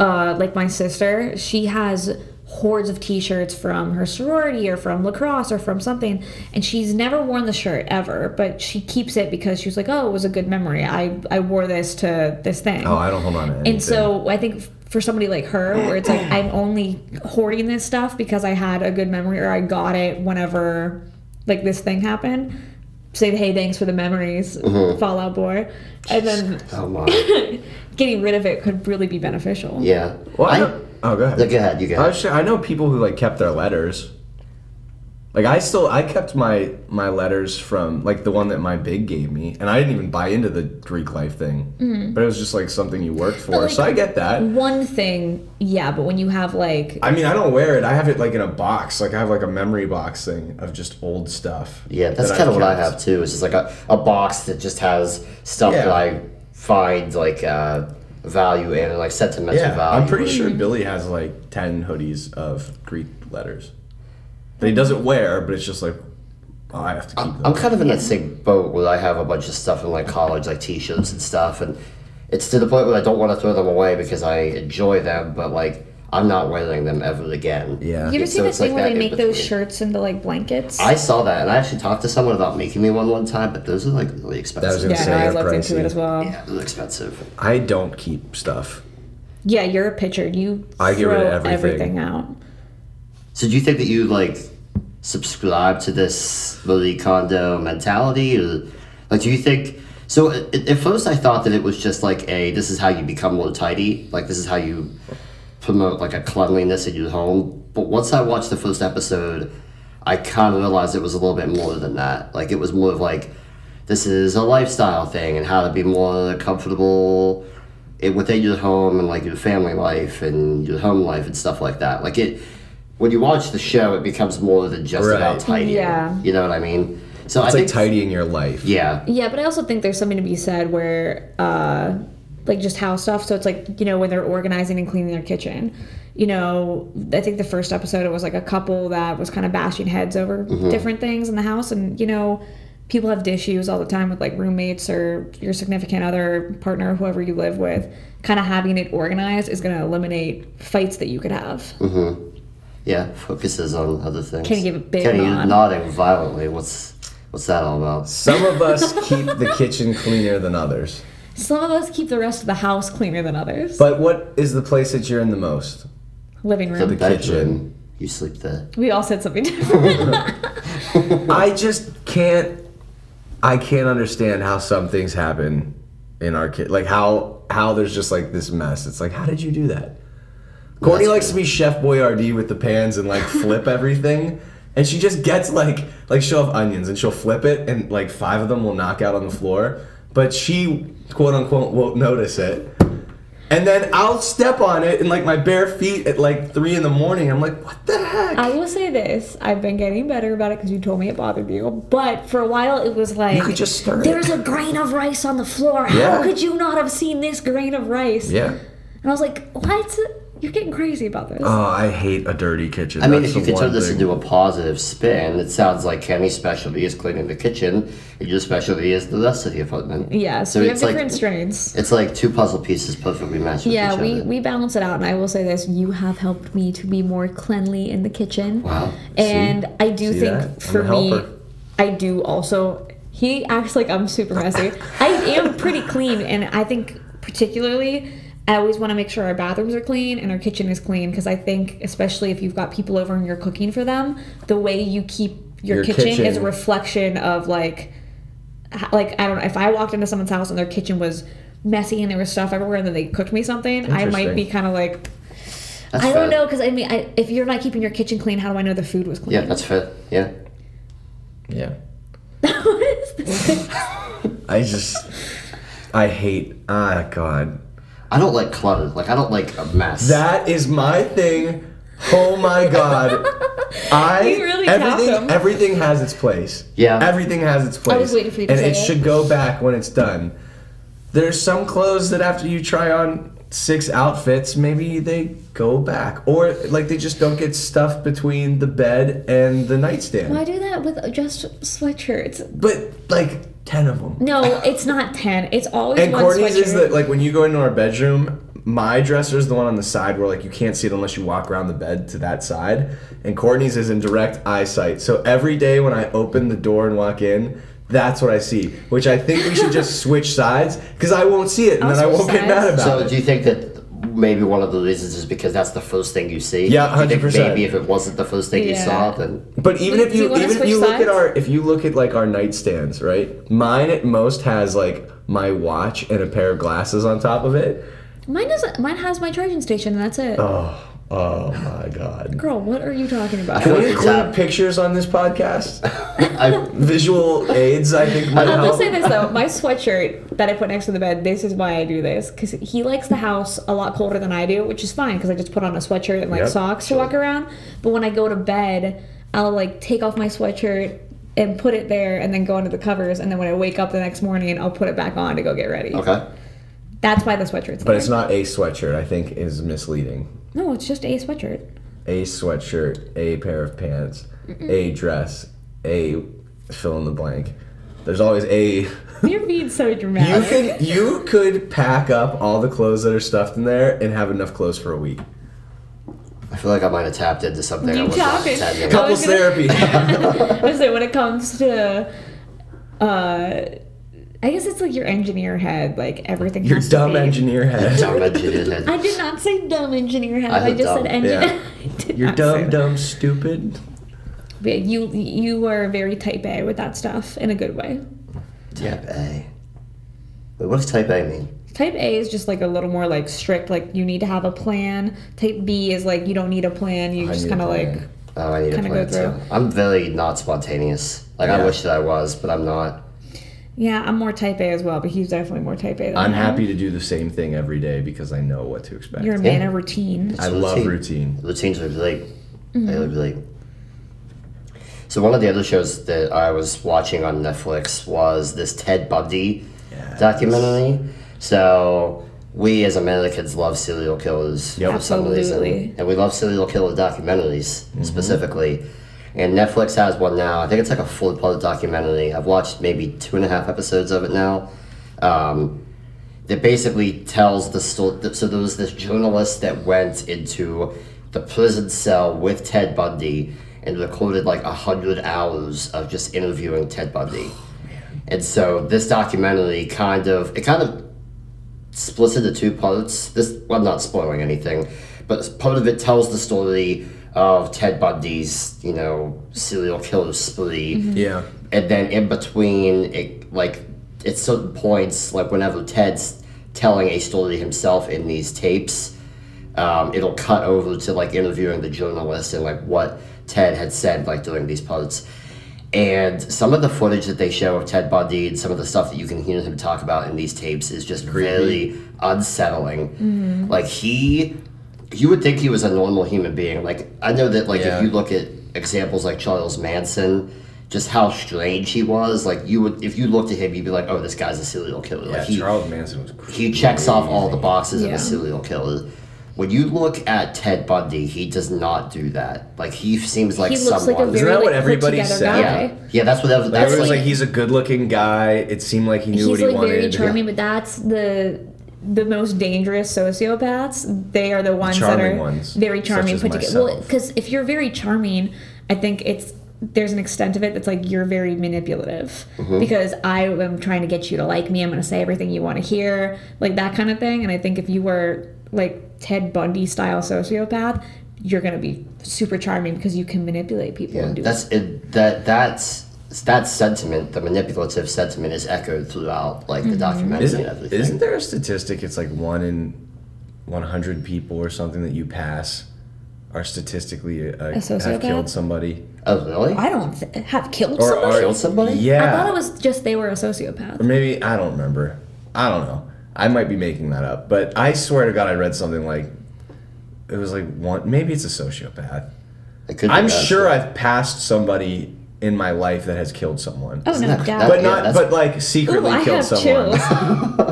B: uh, like my sister, she has hordes of T-shirts from her sorority or from lacrosse or from something, and she's never worn the shirt ever, but she keeps it because she was like, "Oh, it was a good memory. I I wore this to this thing."
C: Oh, I don't hold on to anything.
B: And so I think f- for somebody like her, where it's like I'm only hoarding this stuff because I had a good memory or I got it whenever like this thing happened. Say hey, thanks for the memories,
A: Mm-hmm.
B: Fallout Boy, and then
A: Oh my,
B: getting rid of it could really be beneficial.
A: yeah.
C: well, I
A: I,
C: know- oh, go ahead.
A: Look ahead, you go
C: I,
A: ahead.
C: was saying, I know people who like kept their letters. Like I still I kept my my letters from like the one that my big gave me, and I didn't even buy into the Greek life thing, but it was just like something you worked for. so I get that.
B: One thing, yeah, but when you have like
C: I mean, I don't wear it. I have it like in a box. Like I have like a memory box thing of just old stuff.
A: Yeah, that's
C: that
A: kind of what I
C: kept.
A: have too. It's just like a, a box that just has stuff
C: Yeah.
A: that I find like uh, value in and like sentimental
C: Yeah,
A: value.
C: I'm
A: in.
C: pretty sure Billy has like ten hoodies of Greek letters that he doesn't wear, but it's just like oh, I have to keep them.
A: I'm kind of in that same boat where I have a bunch of stuff in like college, like t-shirts and stuff, and it's to the point where I don't want to throw them away because I enjoy them, but like I'm not wearing them ever again.
C: Yeah.
B: you ever
A: So
B: seen that
A: it's like
B: thing where
A: that
B: they
A: in
B: make those
A: between.
B: shirts into like blankets?
A: I saw that, and I actually talked to someone about making me one one time, but those are like really
C: That was
A: expensive.
C: gonna
B: yeah,
C: say
B: no, I
C: they're
B: looked into
C: pricey.
B: it as well.
A: yeah, really expensive.
C: I don't keep stuff.
B: Yeah, you're a pitcher. You
C: I get rid of
B: throw
C: everything.
B: everything out.
A: So do you think that you like subscribe to this Lily Kondo mentality, or like do you think? So at, at first, I thought that it was just like a this is how you become more tidy, like this is how you promote like a cleanliness in your home. But once I watched the first episode, I kind of realized it was a little bit more than that. Like it was more of like this is a lifestyle thing and how to be more comfortable i- within your home and like your family life and your home life and stuff like that. Like it, when you watch the show, it becomes more than just
C: Right.
A: about tidying.
B: Yeah.
A: You know what I mean? So I
C: It's like
A: think
C: tidying your life.
A: yeah,
B: Yeah, but I also think there's something to be said where, uh, like, just house stuff. So it's like, you know, when they're organizing and cleaning their kitchen, you know, I think the first episode, it was like a couple that was kind of bashing heads over different things in the house. And, you know, people have issues all the time with like roommates or your significant other, partner, whoever you live with. Kind of having it organized is going to eliminate fights that you could have.
A: yeah, focuses on other things.
B: Kenny gave a big
A: Kenny, you're
B: nod.
A: nodding violently. What's what's that all about?
C: Some of us keep the kitchen cleaner than others.
B: Some of us keep the rest of the house cleaner than others.
C: But what is the place that you're in the most?
B: Living
A: The
B: room.
A: bedroom.
C: kitchen.
A: You sleep there.
B: We all said something different.
C: I just can't. I can't understand how some things happen in our kid. Like how how there's just like this mess. It's like how did you do that? Courtney
A: That's
C: likes to be Chef Boyardee with the pans and like flip everything. And she just gets like like she'll have onions and she'll flip it and like five of them will knock out on the floor. But she quote unquote won't notice it. And then I'll step on it in like my bare feet at like three in the morning. I'm like, what the heck?
B: I will say this: I've been getting better about it because you told me it bothered you. But for a while, it was like
C: could just stir it.
B: There's a grain of rice on the floor.
C: Yeah.
B: How could you not have seen this grain of rice?
C: yeah.
B: And I was like, what? You're getting crazy about this.
C: Oh, I hate a dirty kitchen.
A: I mean,
C: That's
A: if you
C: the
A: could turn
C: one
A: this
C: thing.
A: into a positive spin, it sounds like Kenny's specialty is cleaning the kitchen, and your specialty is the rest of the apartment.
B: yes,
A: So
B: we have
A: it's like
B: different strengths.
A: it's like two puzzle pieces perfectly matched with
B: Yeah,
A: each
B: we,
A: other.
B: we balance it out, and I will say this: you have helped me to be more cleanly in the kitchen.
A: Wow.
B: And I do
C: See
B: think
C: that? I'm
B: for
C: a
B: me,
C: helper.
B: I do also. He acts like I'm super messy. I am pretty clean, and I think particularly, I always want to make sure our bathrooms are clean and our kitchen is clean because I think, especially if you've got people over and you're cooking for them, the way you keep your,
C: Your
B: kitchen, is a
C: kitchen.
B: reflection of like, h- like I don't know. If I walked into someone's house and their kitchen was messy and there was stuff everywhere and then they cooked me something, I might
C: Interesting.
B: be kind of like,
A: That's fair.
B: I don't know, because I mean, I, if you're not keeping your kitchen clean, how do I know the food was clean?
A: Yeah, that's fit. Yeah.
C: Yeah.
B: what is this?
C: I just, I hate. Ah, God.
A: I don't like clutter. Like I don't like a mess.
C: That is my thing. Oh my God. I
B: You really tapped him.
C: everything everything has its place.
A: Yeah.
C: Everything has its place.
B: was waiting for you to
C: and
B: say
C: it
B: it.
C: should go back when it's done. There's some clothes that after you try on six outfits, maybe they go back or like they just don't get stuffed between the bed and the nightstand.
B: Why do that with just sweatshirts?
C: But like 10 of them.
B: No, it's not 10. It's always
C: And
B: one
C: Courtney's
B: sweatshirt.
C: is that like when you go into our bedroom, my dresser's the one on the side where like you can't see it unless you walk around the bed to that side. And Courtney's is in direct eyesight. So every day when I open the door and walk in, that's what I see. Which I think we should just switch sides because I won't see it and
B: I'll
C: then I won't
B: Oh, switch
C: get mad
B: sides.
C: about
A: So
C: it.
A: do you think that maybe one of the reasons is because that's the first thing you see?
C: Yeah,
A: Do you think
C: 100%.
A: Maybe if it wasn't the first thing you
B: Yeah.
A: saw, then
C: But even
B: Do-
C: if
B: do you
C: you,
B: wanna
C: even if
B: switch
C: you look at
B: sides?
C: our if you look at like our nightstands, right? Mine at most has like my watch and a pair of glasses on top of it.
B: mine, doesn't, mine has my charging station and that's it.
C: Oh, oh my god.
B: Girl, what are you talking about?
C: Can
A: feel
C: we
A: like it's
C: include
A: up.
C: pictures on this podcast?
A: I,
C: Visual aids, I think, might
B: I will
C: help.
B: say this though, my sweatshirt that I put next to the bed. This is why I do this because he likes the house a lot colder than I do, which is fine because I just put on a sweatshirt and like
C: Yep.
B: socks to walk around. But when I go to bed, I'll like take off my sweatshirt and put it there, and then go under the covers. And then when I wake up the next morning, I'll put it back on to go get ready.
A: okay.
B: That's why the sweatshirt's
C: But
B: there.
C: it's not a sweatshirt, I think, is misleading.
B: no, it's just a sweatshirt.
C: A sweatshirt, a pair of pants, a dress, a fill in the blank. There's always a.
B: You're being so
C: You
B: dramatic.
C: could you could pack up all the clothes that are stuffed in there and have enough clothes for a week.
A: I feel like I might have tapped into something. I
B: You
A: was not
B: tapped in.
A: intending.
B: Come-
C: Couples
B: gonna-
C: therapy.
B: Listen, when it comes to, uh, I guess it's like your engineer head. Like everything.
C: Your
B: has to
C: dumb
B: be-
C: engineer head.
A: Dumb engineer head.
B: I did not say dumb engineer head.
A: I
B: I,
A: said
B: just said
A: dumb,
B: engineer.
C: yeah.
B: I did
C: You're
B: not say
C: dumb,
B: that.
C: dumb, stupid.
B: Yeah, you you are very type A with that stuff in a good way.
A: Type A. Wait, what does type A mean?
B: Type A is just like a little more like strict. Like you need to have a plan. Type B is like you don't need a plan. You
C: I
B: just
C: need a
B: kind of
C: plan.
B: like
A: Oh, I need to
B: Kinda
A: plan
B: go
A: too.
B: through.
A: I'm very not spontaneous. Like I
C: Yeah.
A: wish that I was, but I'm not.
B: yeah. I'm more type A as well, but he's definitely more type A. Than
C: I'm
B: I am.
C: happy to do the same thing every day because I know what to expect.
B: You're a man
A: Yeah.
B: of routine.
C: I love routine.
A: routines are great. They were
B: Mm-hmm.
A: great. So one of the other shows that I was watching on Netflix was this Ted Bundy
C: Yes.
A: documentary. So we as Americans love serial killers
C: Yep.
A: for some
B: Absolutely.
A: reason, and we love serial killer documentaries specifically. And Netflix has one now. I think it's like a four-part documentary. I've watched maybe two and a half episodes of it now. Um, that basically tells the story. So there was this journalist that went into the prison cell with Ted Bundy and recorded like a hundred hours of just interviewing Ted Bundy. And so this documentary kind of it kind of splits into two parts. This well, I'm not spoiling anything, but part of it tells the story of Ted Bundy's you know serial killer spree
C: Yeah.
A: and then in between it like at certain points like whenever ted's telling a story himself in these tapes um, it'll cut over to like interviewing the journalist and like what ted had said like during these parts and some of the footage that they show of ted bundy and some of the stuff that you can hear him talk about in these tapes is just really unsettling
C: Mm-hmm.
A: like he you would think he was a normal human being like i know that like
C: Yeah.
A: if you look at examples like charles manson just how strange he was like you would if you looked at him you'd be like oh this guy's a serial killer
C: Yeah,
A: like he,
C: Charles Manson was
A: he checks off all the boxes of
B: Yeah.
A: a serial killer. When you look at Ted Bundy, he does not do that. Like he seems like
B: he looks like
A: someone.
B: a
C: Isn't
B: very
C: that
B: like,
C: what
B: put
C: everybody
B: together
C: said?
B: guy.
A: yeah, yeah, that's what that was.
C: Like,
A: That's
C: everyone's
A: like,
C: like, he's a good-looking guy. It seemed like he knew
B: he's
C: what he
B: like
C: wanted.
B: very charming, but that's the the most dangerous sociopaths. They are the ones that
C: charming
B: are
C: ones,
B: very
C: such
B: charming.
C: as
B: Put together, well,
C: myself.
B: because if you're very charming, I think it's there's an extent of it that's like you're very manipulative
C: Mm-hmm.
B: because I am trying to get you to like me. I'm going to say everything you want to hear, like that kind of thing. And I think if you were like Ted Bundy style sociopath, you're going to be super charming because you can manipulate people
A: yeah,
B: and do
A: that's it, that that's that sentiment, the manipulative sentiment, is echoed throughout like
B: Mm-hmm.
A: the documentary
C: Isn't,
A: and everything.
C: isn't there a statistic? It's like one in 100 people or something that you pass are statistically uh, have
B: sociopath?
C: killed somebody.
A: oh really?
B: I don't th- have killed
C: Or
B: someone.
C: are-
A: Killed somebody?
B: I
C: Yeah.
B: thought it was just they were a sociopath.
C: Or maybe, I don't remember. I don't know. I might be making that up. But I swear to God, I read something like it was like one, maybe it's a sociopath.
A: It could be
C: I'm
A: that.
C: sure I've passed somebody in my life that has killed someone.
B: Oh no,
A: that-
B: doubt.
C: But
A: yeah,
C: not,
A: that's-
C: but like secretly
B: Ooh, I
C: killed
B: have
C: someone.
B: chills.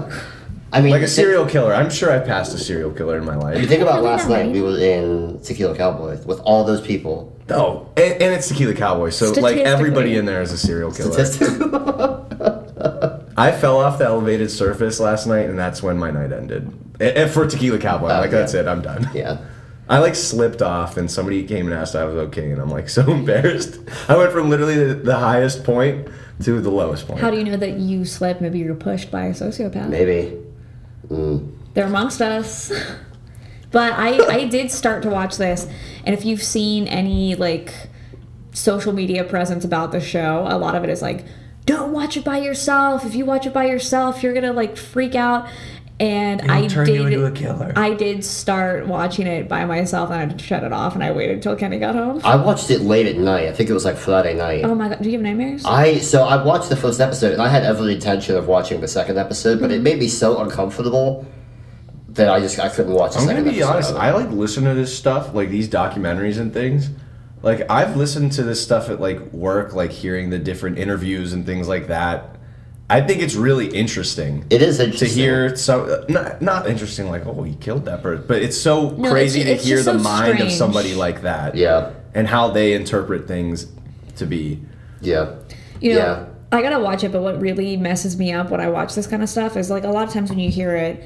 A: I mean,
C: Like a
A: thi-
C: serial killer. I'm sure I've passed a serial killer in my
A: You
C: life.
A: think about
B: Really
A: last
B: not
A: night
B: many.
A: we were in Tequila Cowboy with all those people.
C: Oh, and, and it's Tequila Cowboy, so like everybody in there is a serial killer. I fell off the elevated surface last night, and that's when my night ended. A- And for Tequila Cowboy, I'm
A: Oh,
C: like
A: yeah.
C: that's it, I'm done.
A: yeah.
C: I like slipped off, and somebody came and asked if I was okay, and I'm like so embarrassed. I went from literally the, the highest point to the lowest point.
B: How do you know that you slept? Maybe you were pushed by a sociopath.
A: Maybe.
B: They're amongst us. but I, I did start to watch this, and if you've seen any like social media presence about the show, a lot of it is like, don't watch it by yourself. If you watch it by yourself, you're gonna like freak out. And I
C: turn
B: did.
C: you into a killer.
B: I did start watching it by myself, and I had to shut it off, and I waited till Kenny got
C: Oh.
B: home.
A: I watched it late at night. I think it was like Friday night.
B: Oh my god, do you have nightmares?
A: I so I watched the first episode and I had every intention of watching the second episode, but
C: Hmm.
A: it made me so uncomfortable that I just I couldn't watch the
C: I'm gonna
A: second
C: be
A: episode.
C: honest. I like listen to this stuff, like these documentaries and things. Like I've listened to this stuff at like work, like hearing the different interviews and things like that. I think it's really interesting
A: it is
C: to
A: interesting.
C: hear some not not interesting like oh he killed that person, but it's so
B: it's-
C: crazy
B: it's
C: to hear
B: just
C: the
B: so
C: mind of
B: strange.
C: somebody like that.
A: Yeah.
C: and how they interpret things to be.
A: Yeah.
B: you know,
A: Yeah.
B: I gotta watch it. But what really messes me up when I watch this kind of stuff is like a lot of times when you hear it,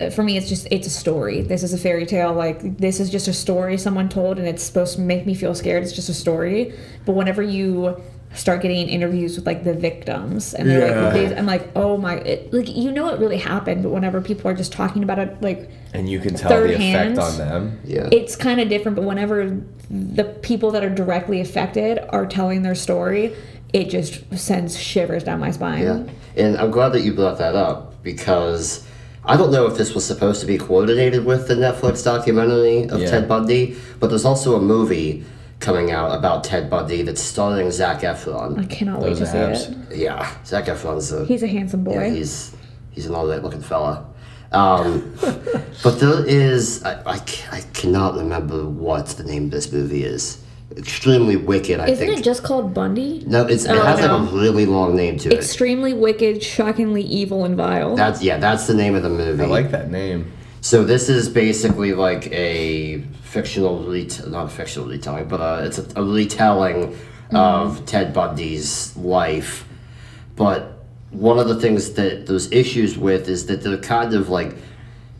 B: uh, for me, it's just it's a story. This is a fairy tale. Like this is just a story someone told, and it's supposed to make me feel scared. It's just a story. But whenever you start getting interviews with like the victims and they're
C: Yeah.
B: like these, I'm like oh my it, like you know it really happened but whenever people are just talking about it like
C: And you can tell
B: Third
C: the
B: hand.
C: effect on them.
A: Yeah.
B: it's kind of different but whenever the people that are directly affected are telling their story it just sends shivers down my spine
A: Yeah. And I'm glad that you brought that up because I don't know if this was supposed to be coordinated with the Netflix documentary of
C: Yeah.
A: Ted Bundy, but there's also a movie coming out about Ted Bundy that's starring Zach
B: i
A: Efron.
B: cannot
C: Those
B: wait to
C: abs.
B: see it
A: Yeah, Zach Efron's a
B: he's a handsome boy
A: Yeah, he's he's an all right looking fella. Um, but there is I, I, ca- I cannot remember what the name of this movie is. Extremely wicked, I
B: isn't
A: think.
B: it just called bundy
A: no, it's, it
B: Oh,
A: has
B: no.
A: like a really long name to it.
B: extremely wicked shockingly evil and vile
A: That's yeah, that's the name of the movie.
C: I like that name.
A: so this is basically like a fictional ret- not a fictional retelling, but uh, it's a, a retelling of Ted Bundy's life. But one of the things that there's issues with is that they're kind of like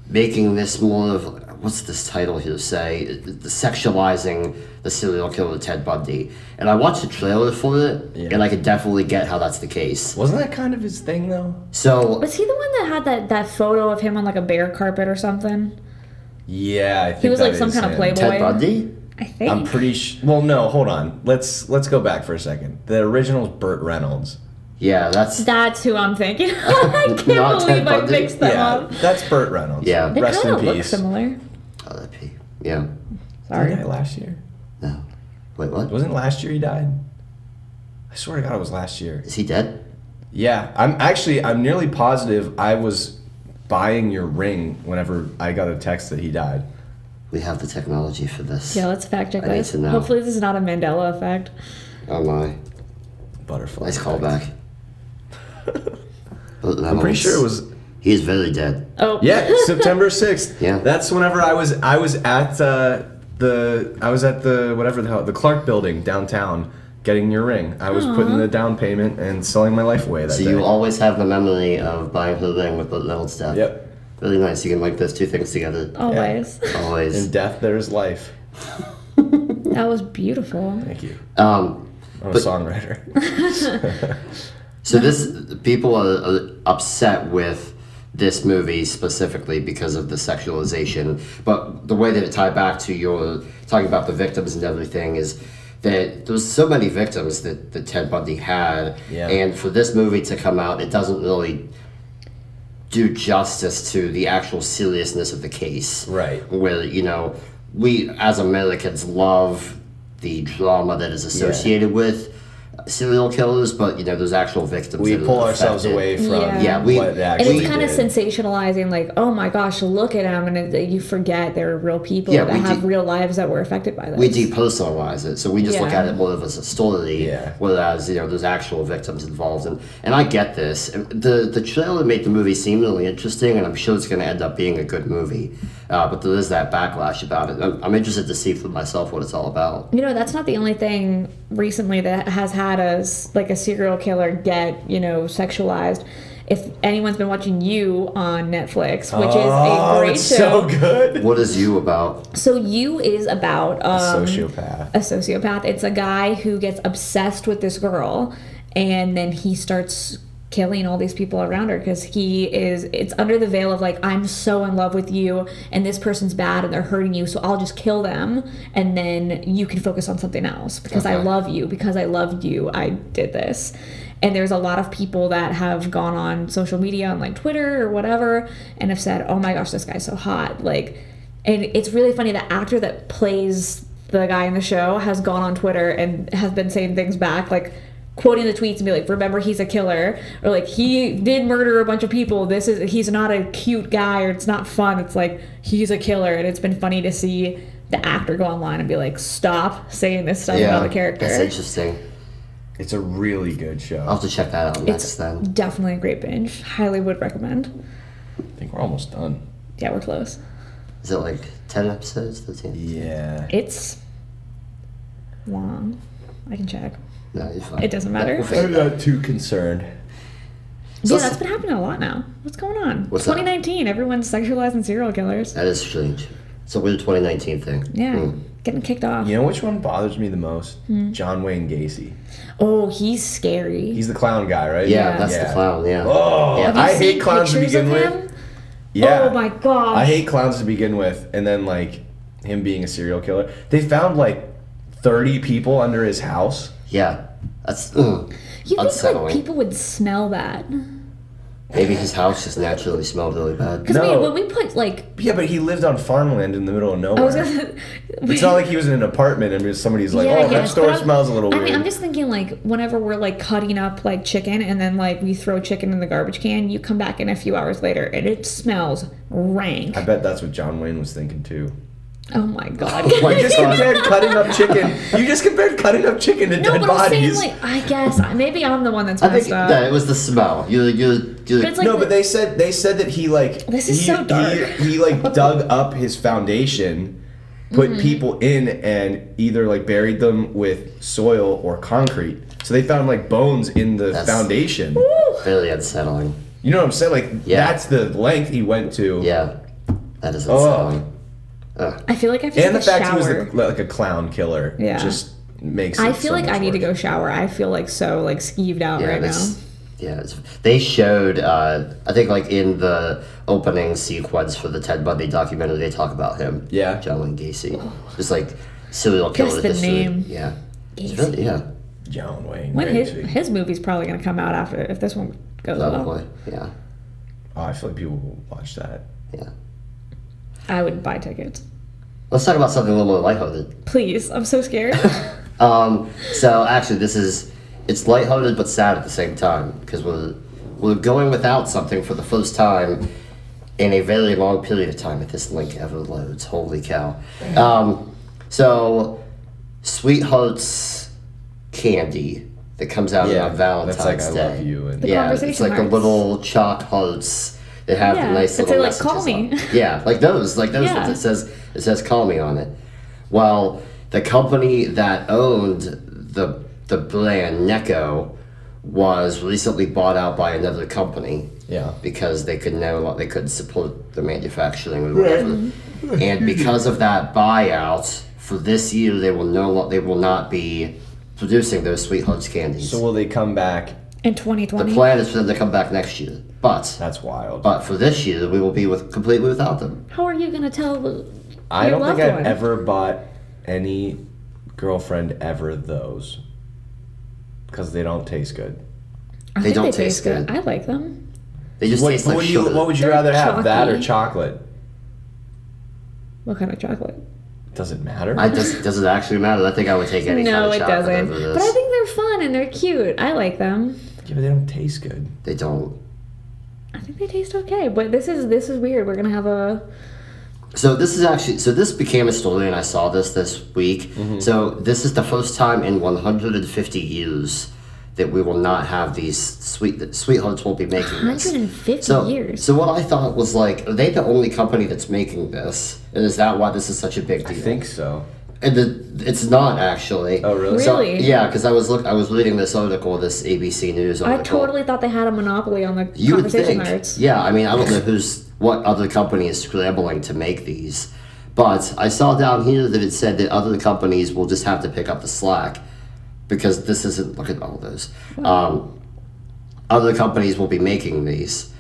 A: making this more of what's this title here say It- it- sexualizing the serial killer Ted Bundy. And I watched the trailer for it, and I could definitely get how that's the case.
C: Wasn't that kind of his thing though?
A: So
B: was he the one that had that, that photo of him on like a bear carpet or something?
C: Yeah, I think
B: He was
C: that
B: like some
C: is
B: kind of
C: him.
B: playboy.
A: Ted Bundy.
B: I think.
C: I'm pretty sh- well. No, hold on. Let's let's go back for a second. The original's Burt Reynolds.
A: Yeah, that's
B: That's who I'm thinking. I can't
A: Not Ted
B: believe I
A: Bundy.
B: mixed them
C: Yeah,
B: up.
C: that's Burt Reynolds.
A: Yeah. They
B: They
C: rest
B: kind
C: in
B: of look
C: peace.
B: similar.
A: R.I.P. Yeah.
B: Sorry.
C: Didn't he die last year?
A: No. Wait, what?
C: Wasn't it last year he died? I swear to God, it was last year.
A: Is he dead?
C: Yeah, I'm actually I'm nearly positive I was buying your ring whenever I got a text that he died.
A: We have the technology for this.
B: Yeah, let's fact check
A: I need
B: this.
A: to know.
B: Hopefully, this is not a Mandela effect.
A: Oh my.
C: Butterfly.
A: Nice
C: effect.
A: callback.
C: I'm pretty sure it was.
A: He is very dead.
B: Oh,
C: Yeah, September sixth.
A: Yeah.
C: That's whenever I was I was at uh, the I was at the whatever the hell the Clark Building downtown getting your ring. I was putting the down payment and selling my life away that
A: So
C: day.
A: you always have the memory of buying her ring with Burt Reynolds' death.
C: yep.
A: Really nice. You can link those two things together.
B: always.
A: Always.
C: In death, there's life.
B: that was beautiful.
C: Thank you.
A: Um,
C: I'm a
A: But-
C: songwriter.
A: so this people are, are upset with this movie specifically because of the sexualization, but the way that it tied back to your talking about the victims and everything is that there was so many victims that, that Ted Bundy had,
C: Yeah.
A: and for this movie to come out, it doesn't really do justice to the actual seriousness of the case.
C: Right.
A: Where you know we as Americans love the drama that is associated with serial killers, but you know there's actual victims.
C: We
A: that are
C: pull ourselves
A: affected.
C: away from
B: Yeah.
A: Yeah, we-
C: what they
B: And
C: actually
B: it's kind of
C: did.
B: sensationalizing, like, oh my gosh, look at him, and it, you forget there are real people
A: Yeah,
B: that
A: we
B: have
A: de-
B: real lives that were affected by this.
A: we depersonalize it, so we just look
B: Yeah.
A: at it more of as a story,
C: Yeah.
A: whereas you know there's actual victims involved, and and I get this. the The trailer made the movie seem really interesting, and I'm sure it's going to end up being a good movie, uh, but there is that backlash about it. I'm, I'm interested to see for myself what it's all about.
B: You know, that's not the only thing recently that has had us like a serial killer get, you know, sexualized. If anyone's been watching you on Netflix, which is a
C: oh,
B: great
C: it's
B: show.
C: so good.
A: What is you about?
B: So you is about um,
C: Sociopath.
B: a sociopath. It's a guy who gets obsessed with this girl, and then he starts killing all these people around her because he is. It's under the veil of like I'm so in love with you, and this person's bad, and they're hurting you, so I'll just kill them, and then you can focus on something else because I
A: Okay.
B: love you because I loved you. I did this. And there's a lot of people that have gone on social media on like Twitter or whatever and have said, "Oh my gosh, this guy's so hot." Like and it's really funny the actor that plays the guy in the show has gone on Twitter and has been saying things back like quoting the tweets and be like remember he's a killer or like he did murder a bunch of people this is he's not a cute guy or it's not fun it's like he's a killer and it's been funny to see the actor go online and be like stop saying this stuff about the character
A: That's interesting.
C: It's a really good show.
A: I'll have to check that out next then.
B: Definitely a great binge. Highly would recommend.
C: I think we're almost done.
B: Yeah, we're close.
A: Is it like ten episodes? Thirteen?
C: Yeah.
B: It's long. I can check.
A: No, you're fine.
B: It doesn't matter.
A: We'll figure
C: I'm
A: it out.
C: not too concerned.
A: So
B: yeah,
A: s-
B: that's been happening a lot now. What's going on?
A: What's that?
B: 2019. Everyone's sexualizing serial killers.
A: That is strange. It's a weird 2019 thing.
B: Yeah,
A: Hmm.
B: getting kicked off.
C: You know which one bothers me the most? John Wayne Gacy.
B: Oh, he's scary.
C: He's the clown guy, right?
A: Yeah,
B: Yeah.
A: that's the clown. Yeah.
C: Oh,
A: Yeah. Have you
C: I
B: Seen
C: hate clowns to
B: pictures of
C: begin with.
B: him?
C: Yeah.
B: Oh my gosh.
C: I hate clowns to begin with, and then like him being a serial killer. They found like 30 people under his house.
A: Yeah. That's mm.
B: You think like
A: unsettling.
B: people would smell that? Because
A: maybe his house just naturally smelled really bad.
C: No.
B: when we put like,
C: Yeah, but he lived on farmland in the middle of nowhere.
B: I was gonna.
C: It's not like he was in an apartment and somebody's like,
B: I
C: "Oh, that
B: guess,
C: store
B: but I'm-
C: smells a little
B: I
C: weird."
B: mean, I'm just thinking like whenever we're like cutting up like chicken and then like we throw chicken in the garbage can, you come back in a few hours later and it smells rank.
C: I bet that's what John Wayne was thinking too.
B: Oh my god.
C: You just compared cutting up chicken. You just compared cutting up chicken to
B: no,
C: dead
B: but I'm saying
C: bodies.
B: like I guess maybe I'm the one that's
A: I think
B: messed up.
A: that it was the smell. You you you.
B: uh, But it's like
C: no, but they said they said that he like
B: This is
C: he,
B: so dark.
C: He, he like dug up his foundation, put
B: Mm-hmm.
C: people in, and either like buried them with soil or concrete. So they found like bones in the
A: That's-
C: foundation.
A: really unsettling.
C: You know what I'm saying? Like
A: Yeah.
C: that's the length he went to.
A: Yeah. That is unsettling.
B: I feel like I feel like
C: And the
B: a
C: fact
B: shower.
C: he was the, like a clown killer
B: Yeah.
C: just makes.
B: I
C: it
B: feel
C: so
B: like
C: much
B: I need to
C: worse.
B: go shower. I feel like so like skeeved out
A: Yeah.
B: right now.
A: that's, yeah. It's, they showed. Uh, I think like in the opening sequence for the Ted Bundy documentary, they talk about him.
C: Yeah.
A: John Wayne Gacy. Just like serial killer
B: the
A: history.
B: name.
A: Yeah. It's really- yeah.
C: John Wayne.
B: When his
C: Gacy.
B: his movie's probably gonna come out after if this one goes well.
A: Probably. Yeah.
C: Oh, I feel like people will watch that.
A: Yeah.
B: I would buy tickets.
A: Let's talk about something a little more lighthearted.
B: Please, I'm so scared.
A: Um, so actually, this is it's lighthearted but sad at the same time because we're we're going without something for the first time in a very long period of time. If this link ever loads, holy cow! Um, so, Sweethearts Candy that comes out on Valentine's
C: that's like
A: Day.
C: I love you and
B: The
A: yeah, it's
B: conversation
A: like
B: hearts.
A: the little chalk hearts that have
B: Yeah,
A: the nice
B: that
A: little
B: say,
A: messages
B: like, "Call me."
A: on. Yeah, like those, like those.
B: Yeah.
A: ones. It says it says "call me" on it. Well, the company that owned the the brand Necco was recently bought out by another company
C: yeah.
A: because they could no they couldn't support the manufacturing or whatever. And because of that buyout, for this year they will no lo- they will not be producing those sweethearts candies.
C: So will they come back?
B: In
A: The
B: 2020,
A: plan is for them to come back next year, but
C: That's wild.
A: but for this year we will be with completely without them.
B: how are you gonna tell?
C: I
B: your
C: don't think
B: loved
C: I've
B: one?
C: ever bought any girlfriend ever those because they don't taste good.
B: I
A: They
B: think
A: don't
B: they
A: taste
B: taste good.
A: good.
B: I like them.
A: They just
C: What,
A: taste like
C: what do
A: sugar.
C: you, what would you
B: They're
C: rather have, that or
B: chalky.
C: chocolate?
B: What kind of chocolate?
C: Doesn't matter.
A: I just does it actually matter? I think I would take any kind
B: no,
A: of
B: it
A: chocolate
B: doesn't.
A: over this.
B: But I think they're fun and they're cute. I like them.
C: yeah, but they don't taste good.
A: they don't.
B: I think they taste okay. But this is this is weird. We're gonna have a
A: So this is actually so this became a story, and I saw this this week.
B: Mm-hmm.
A: So this is the first time in 150 years that we will not have these sweet that sweethearts will be making this.
B: 150
A: So,
B: years.
A: so what I thought was like, are they the only company that's making this? And is that why this is such a big deal?
C: I think so.
A: And the, it's not actually.
C: Oh, really?
A: So,
B: Really?
A: yeah, because I was look, I was reading this article, this ABC News
B: I
A: article.
B: totally thought they had a monopoly on the
A: You would
B: conversation
A: think.
B: arts.
A: Yeah, I mean, I don't know who's what other company is scrambling to make these, but I saw down here that it said that other companies will just have to pick up the slack because this isn't. Look at all those. Um, other companies will be making these,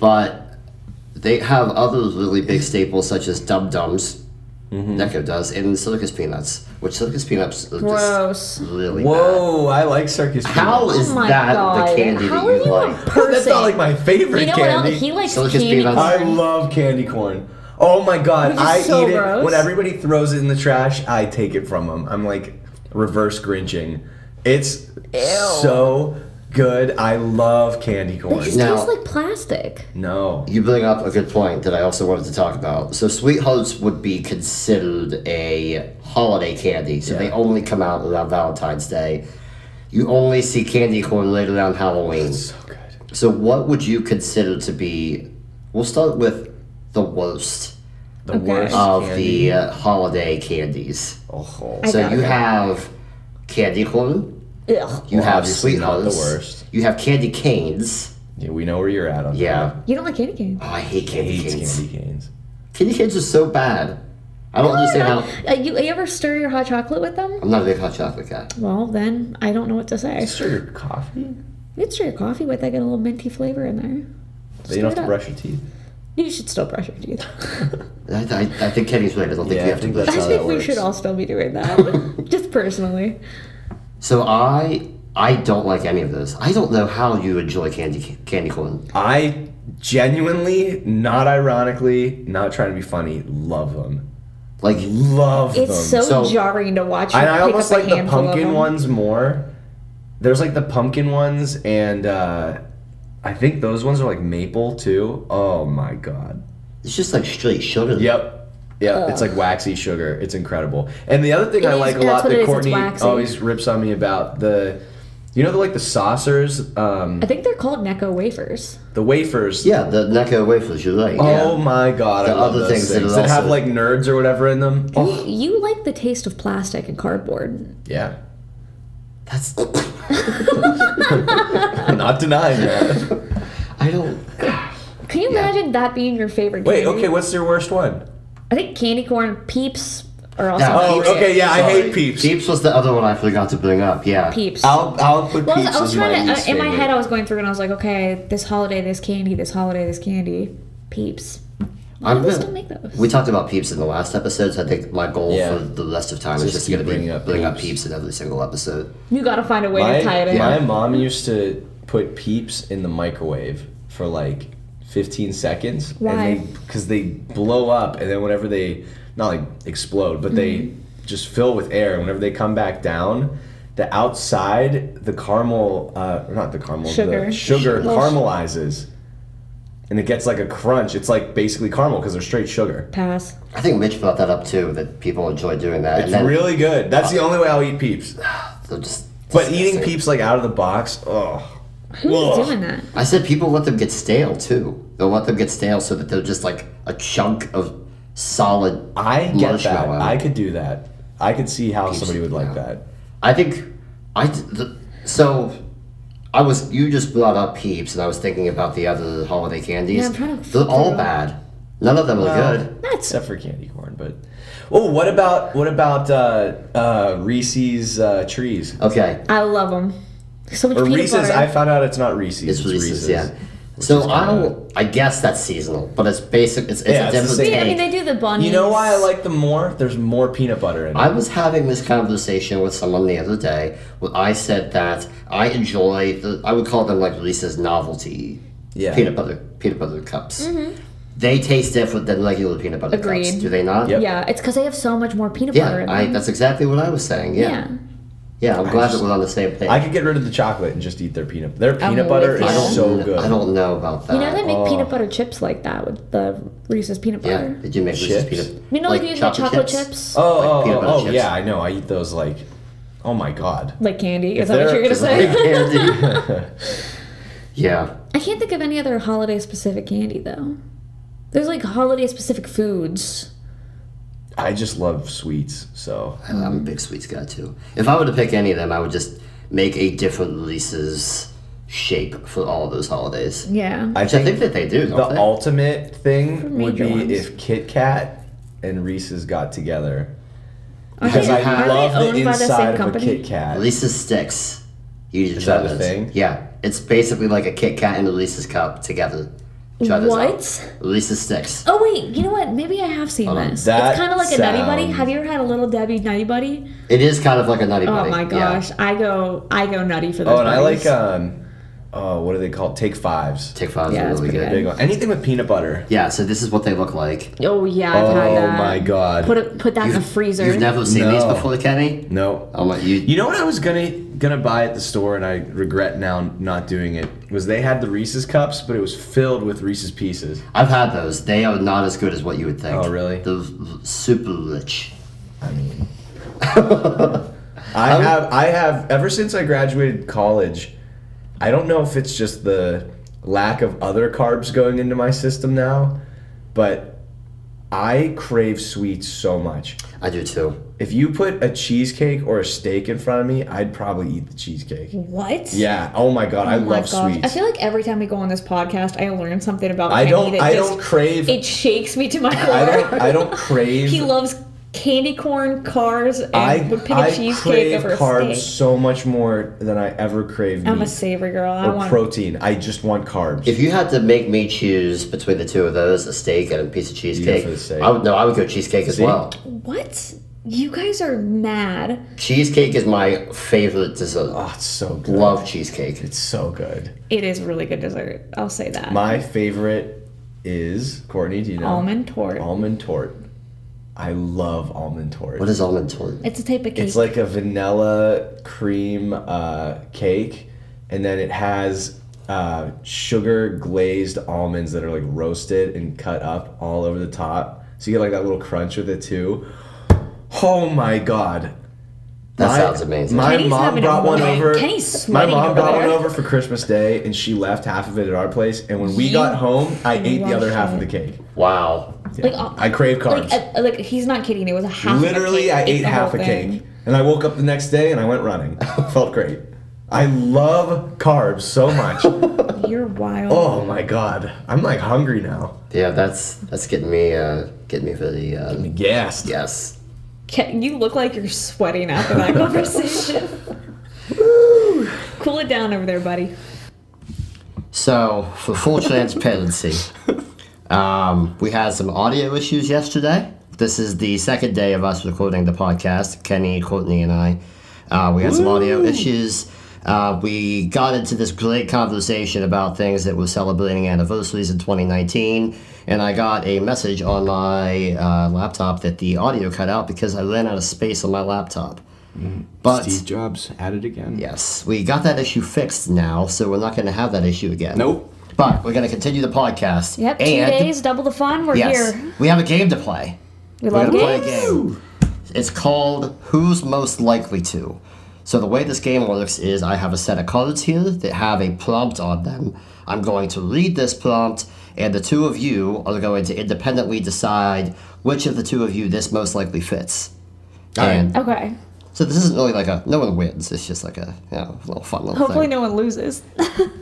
A: but they have other really big staples such as Dum Dums. Necco does and circus peanuts, which circus peanuts are just
B: Gross.
A: really bad.
C: Whoa, I like circus.
A: How
B: Oh
A: is
B: my
A: that
B: God.
A: the candy
B: How
A: that
B: are
A: you
B: you a
A: like?
C: peanuts. That's not
B: person?
C: like my favorite
B: You know what
C: candy.
B: else? He likes
A: So let's just
B: candy.
A: be honest.
C: I
B: corn.
C: love candy corn. Oh my god,
B: Which is
C: I
B: so
C: eat it
B: gross.
C: when everybody throws it in the trash. I take it from them. I'm like reverse grinching. It's so good. I love candy
B: It
C: corn.
B: just
A: Now-
B: tastes like plastic.
C: No,
A: You bring up a good point that I also wanted to talk about. So, sweethearts would be considered a holiday candy, so they
C: Yeah.
A: only come out around Valentine's Day. You only see candy corn later around Halloween.
C: it's so good.
A: So, what would you consider to be? We'll start with the worst
C: The
B: Okay.
C: worst
A: of
C: candy.
A: the uh, holiday candies.
C: Oh,
B: I
A: So,
B: got
A: you
B: it.
A: have candy corn.
B: Ugh.
A: You
C: Well,
A: have
C: obviously not
A: sweethearts.
C: the worst.
A: You have candy canes.
C: yeah, we know where you're at on that.
A: Yeah.
B: You don't like candy cane.
A: Oh, I hate candy
C: Hates
A: canes.
C: candy canes.
A: Candy canes are so bad. I don't understand how.
B: Uh, you, you ever stir your hot chocolate with them?
A: I'm not a big hot chocolate guy.
B: Well, then I don't know what to say.
C: Sugar coffee.
B: You can stir your coffee with. I get a little minty flavor in there.
C: But you don't have
B: Straight
C: to
B: up.
C: brush your teeth.
B: You should still brush your teeth.
A: I, I, I think Kenny's right. I don't think you
C: Yeah, I
A: have
C: think
A: to.
C: that's-
A: Brush.
B: I
C: how
B: think
C: that
B: we
C: works.
B: should all still be doing that, just personally.
A: So I I don't like any of those. I don't know how you enjoy candy candy corn.
C: I genuinely, not ironically, not trying to be funny, love them.
A: Like
C: Love
B: It's
C: them.
B: so,
A: So-
B: jarring to watch. you
C: And I
B: pick
C: almost
B: up a
C: like the
B: handful of
C: pumpkin
B: them.
C: ones more. There's like the pumpkin ones, and uh, I think those ones are like maple too. Oh my god.
A: it's just like straight sugar.
C: Yep. Yeah, it's like waxy sugar. It's incredible. And the other thing I
B: is-
C: like a
B: that's
C: lot
B: what it
C: that
B: is, it's
C: Courtney
B: waxy.
C: always rips on me about the, you know, the, like the saucers, um,
B: I think they're called Necco wafers.
C: the wafers.
A: Yeah, the Necco wafers. You're right.
C: Oh my god!
A: The
C: I love
A: other
C: those
A: things
C: things,
A: that
C: that,
A: are
C: have
A: also-
C: like nerds or whatever in them. Oh,
B: You, you like the taste of plastic and cardboard.
C: yeah,
A: That's.
C: I'm not denying that.
A: I don't.
B: Can you imagine that being your favorite?
C: Wait,
B: candy?
C: okay, what's your worst one?
B: I think candy corn peeps are also.
A: No.
C: Oh,
A: Peeps.
C: okay, yeah, I hate peeps.
A: Peeps was the other one I forgot to bring up. Yeah.
B: Peeps.
C: I'll, I'll put
B: Well, I was,
C: peeps
B: I was
C: as my
B: trying to. uh,
C: least
B: in my
C: favorite.
B: head, I was going through and I was like, okay, this holiday, this candy, this holiday, this candy, peeps. Why
A: I'm
B: do they
A: gonna-
B: still make those?
A: We talked about peeps in the last episode, so I think my goal
C: Yeah.
A: for the rest of time
C: Just
A: is just
C: keep
A: going to be
C: bringing up
A: bring up
C: peeps.
A: peeps in every single episode.
B: you gotta find a way
C: my,
B: to tie it in.
C: my mom used to put peeps in the microwave for like 15 seconds.
B: Why?
C: Because they, blow up, and then whenever they, not like explode, but they
B: Mm-hmm.
C: just fill with air, and whenever they come back down, the outside, the caramel, uh, or not the caramel,
B: Sugar.
C: the sugar
B: Well,
C: caramelizes. And it gets like a crunch. It's like basically caramel because they're straight sugar.
B: Pass.
A: I think Mitch brought that up too. That people enjoy doing that.
C: It's really good. That's the only way I'll eat peeps.
A: They're just
C: But eating
A: disgusting.
C: peeps like out of the box, oh.
B: Who's
C: Ugh.
B: doing that?
A: I said people let them get stale too. They'll let them get stale so that they're just like a chunk of solid.
C: I get that.
A: marshmallow.
C: I could do that. I could see how somebody would like that.
A: I think I d- the, so I was you just brought up peeps and I was thinking about the other holiday candies.
B: Yeah, I'm trying to
A: they're all
B: figure out-
A: bad. None of them are good.
B: That's
C: Except for candy corn, but oh, what about what about uh, uh, Reese's uh, trees
A: Okay,
B: I love them. So much
C: or
B: peanut
C: Reese's?
B: butter.
C: I found out it's not Reese's.
A: it's Reese's. Yeah, So I don't. I guess that's seasonal, but it's basic. It's, it's
C: Yeah,
A: a
C: it's the
A: different
C: same.
A: take.
B: I mean, they do the bunnies.
C: You know why I like them more? There's more peanut butter in it.
A: I was having this conversation with someone the other day. Where I said that I enjoy the. I would call them like Lisa's novelty
C: Yeah.
A: peanut butter peanut butter cups. They taste different than regular peanut butter
B: Mm-hmm. Agreed.
A: cups, do they not?
C: Yep.
B: Yeah, it's because they have so much more peanut butter
A: Yeah,
B: in
A: I,
B: them.
A: that's exactly what I was saying. Yeah, yeah.
B: yeah.
A: I'm glad
C: just-
A: that we're on the same page.
C: I could get rid of the chocolate and just eat their peanut. Their
B: I'm
C: peanut
B: with
C: butter
B: you.
A: I don't
C: is so
A: kn-
C: good.
A: I don't know about that.
B: You know they make
C: Oh.
B: peanut butter chips like that with the Reese's peanut
A: yeah,
B: butter.
A: they do make Reese's
C: Chips?
A: peanut.
B: You know, like, you the chocolate chips,
C: oh, oh,
A: peanut
C: oh,
A: butter
C: oh,
A: chips.
C: yeah, I know. I eat those like, oh my god.
B: like candy. Is that what you're
C: they're-
B: gonna
A: Like
B: say?
A: candy. yeah,
B: I can't think of any other holiday specific candy though. There's like holiday specific foods.
C: I just love sweets, so
A: I- I'm a big sweets guy too. If I were to pick any of them, I would just make a different Reese's shape for all of those holidays.
B: Yeah.
C: I
A: Which I think
C: think
A: that they do, don't
C: the
A: they?
C: ultimate thing would
B: major
C: be
B: ones.
C: if Kit Kat and Reese's got together
B: Aren't
C: because
B: they-
C: I
B: aren't they
C: love
B: owned
C: the
B: by
C: inside of a Kit Kat.
A: Reese's sticks. You need to
C: Is
A: try
C: that a
A: those.
C: thing?
A: Yeah, it's basically like a Kit Kat and a Reese's cup together. Try those out.
B: What?
A: Reese's sticks.
B: Oh wait, you know what? Maybe I have seen
A: Hold on.
B: this.
C: That
B: it's kind of like a Nutty Buddy.
C: sounds-
B: Have you ever had a little Debbie Nutty Buddy?
A: It is kind of like a nutty buddy.
B: Oh my
A: yeah.
B: gosh, I go, I go nutty for those.
C: Oh, and I
B: buddies.
C: like um, oh, what are they called? Take fives.
A: Take fives
B: Yeah,
A: are
B: that's
A: really
B: pretty
A: good.
C: Big one. Anything with peanut butter.
A: Yeah, so this is what they look like.
B: Oh yeah, I've
C: Oh,
B: had that.
C: my God.
B: Put it, put that in the freezer.
A: You've never seen
C: No.
A: these before, Kenny?
C: No.
A: Oh my, you,
C: You know what I was gonna gonna buy at the store, and I regret now not doing it. Was they had the Reese's cups, but it was filled with Reese's pieces.
A: I've had those. They are not as good as what you would think.
C: Oh, really?
A: They're v- super rich.
C: I mean, I have I have ever since I graduated college. I don't know if it's just the lack of other carbs going into my system now, but I crave sweets so much.
A: I do too.
C: If you put a cheesecake or a steak in front of me, I'd probably eat the cheesecake.
B: what?
C: Yeah. Oh my god, I
B: Oh my
C: love
B: gosh. I
C: sweets.
B: feel like every time we go on this podcast, I learn something about
C: I
B: candy
C: don't.
B: that
C: I
B: just
C: don't crave.
B: it shakes me to my core.
C: I don't. I don't crave.
B: he loves candy corn, cars, and
C: I,
B: would pick
C: I
B: a cheesecake
C: crave
B: over a
C: carbs
B: steak.
C: so much more than I ever crave meat
B: I'm a savory girl. I
C: or
B: want.
C: protein. I just want carbs.
A: If you had to make me choose between the two of those, a steak and a piece of cheesecake,
C: for the steak.
A: I would no, I would go cheesecake as
C: See?
A: well.
B: what? You guys are mad.
A: Cheesecake is my favorite dessert.
C: oh, it's so good.
A: Love cheesecake.
C: It's so good.
B: It is really good dessert. I'll say that.
C: My favorite is Courtney. Do you know
B: Almond tort.
C: Almond tort. I love almond tort.
A: What is almond tort?
B: It's a type of cake.
C: It's like a vanilla cream uh, cake, and then it has uh, sugar glazed almonds that are like roasted and cut up all over the top. So you get like that little crunch with it too. Oh my god.
A: That
C: My-
A: sounds amazing.
C: My
B: Kenny's
C: mom
B: having a
C: brought one
B: moment.
C: over.
B: Kenny's
C: my
B: sweating
C: mom
B: over
C: brought one
B: there.
C: over for Christmas Day, and she left half of it at our place. And when we
B: You
C: got home, I ate the other
B: love
C: half of
B: it.
C: the cake.
A: Wow.
B: Like, uh,
C: I crave carbs.
B: like, uh, like he's not kidding. It was a half.
C: Literally,
B: a cake.
C: I ate
B: the
C: half a
B: whole thing.
C: cake, and I woke up the next day and I went running. Felt great. I love carbs so much.
B: You're wild.
C: oh my god, I'm like hungry now.
A: Yeah, that's that's getting me uh getting me for the uh,
C: Gassed.
A: yes.
B: Ke- you look like you're sweating after that conversation. cool it down over there, buddy.
A: So, for full transparency, um, we had some audio issues yesterday. This is the second day of us recording the podcast, Kenny, Courtney, and I. Uh, we had some audio issues. Uh, we got into this great conversation about things that were celebrating anniversaries in 2019, and I got a message on my uh, laptop that the audio cut out because I ran out of space on my laptop. But
C: Jobs at it again.
A: Yes, we got that issue fixed now, so we're not going to have that issue again.
C: Nope.
A: But we're going to continue the podcast.
B: Yep, two
A: and-
B: days, double the fun. We're
A: Yes,
B: here.
A: we have a game to play.
B: We
A: We're
B: love
A: gonna play a
B: games.
A: game. It's called Who's Most Likely to. So the way this game works is I have a set of cards here that have a prompt on them. I'm going to read this prompt, and the two of you are going to independently decide which of the two of you this most likely fits.
C: right.
A: And
B: Okay.
A: so this isn't really like a no one wins. It's just like a you know little fun little thing.
B: Hopefully, no one loses.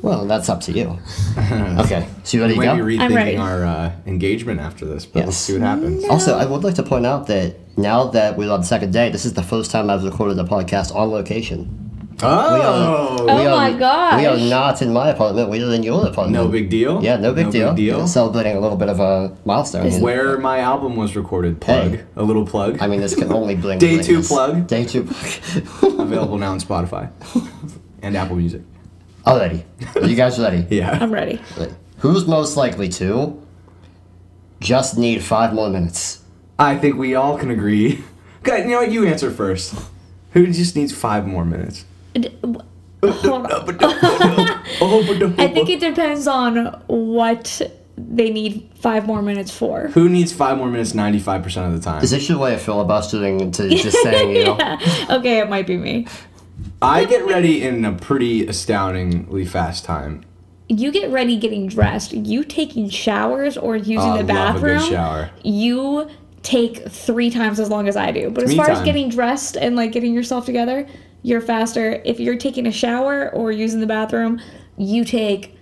A: Well, that's up to you. okay, so you ready to
D: might
A: go?
D: be
B: I'm ready.
D: rethinking our uh, engagement after this, but let's
A: Yes.
D: see what happens.
A: Also, I would like to point out that now that we're on the second day, this is the first time I've recorded a podcast on location.
C: Oh,
B: Oh my
A: god! We are
B: gosh.
A: not in my apartment. We are in your apartment.
C: no big deal.
A: Yeah, no big deal.
C: deal.
A: Celebrating a little bit of a milestone. here.
C: Where my album was recorded. Plug.
A: Hey.
C: A little plug.
A: I mean, this can only bring.
C: Day two
A: greatness.
C: plug.
A: Day two plug.
C: Available now on Spotify and Apple Music.
A: Already, are you guys ready?
C: Yeah.
B: I'm ready.
A: Who's most likely to? Just need five more minutes.
C: I think we all can agree. Okay, you know what? You answer first. Who just needs five more minutes?
B: D- w- Hold on. I think it depends on what they need five more minutes for.
C: Who needs five more minutes 95% of the time?
A: Is this your way of filibustering to just saying you? know?
B: okay, it might be me.
C: I get ready in a pretty astoundingly fast time.
B: You get ready getting dressed, you taking showers or using
C: I
B: the
C: love a
B: bathroom.
C: good shower.
B: You take three times as long as I do. But as
C: me
B: far as
C: time.
B: getting dressed and like getting yourself together, you're faster. If you're taking a shower or using the bathroom, you take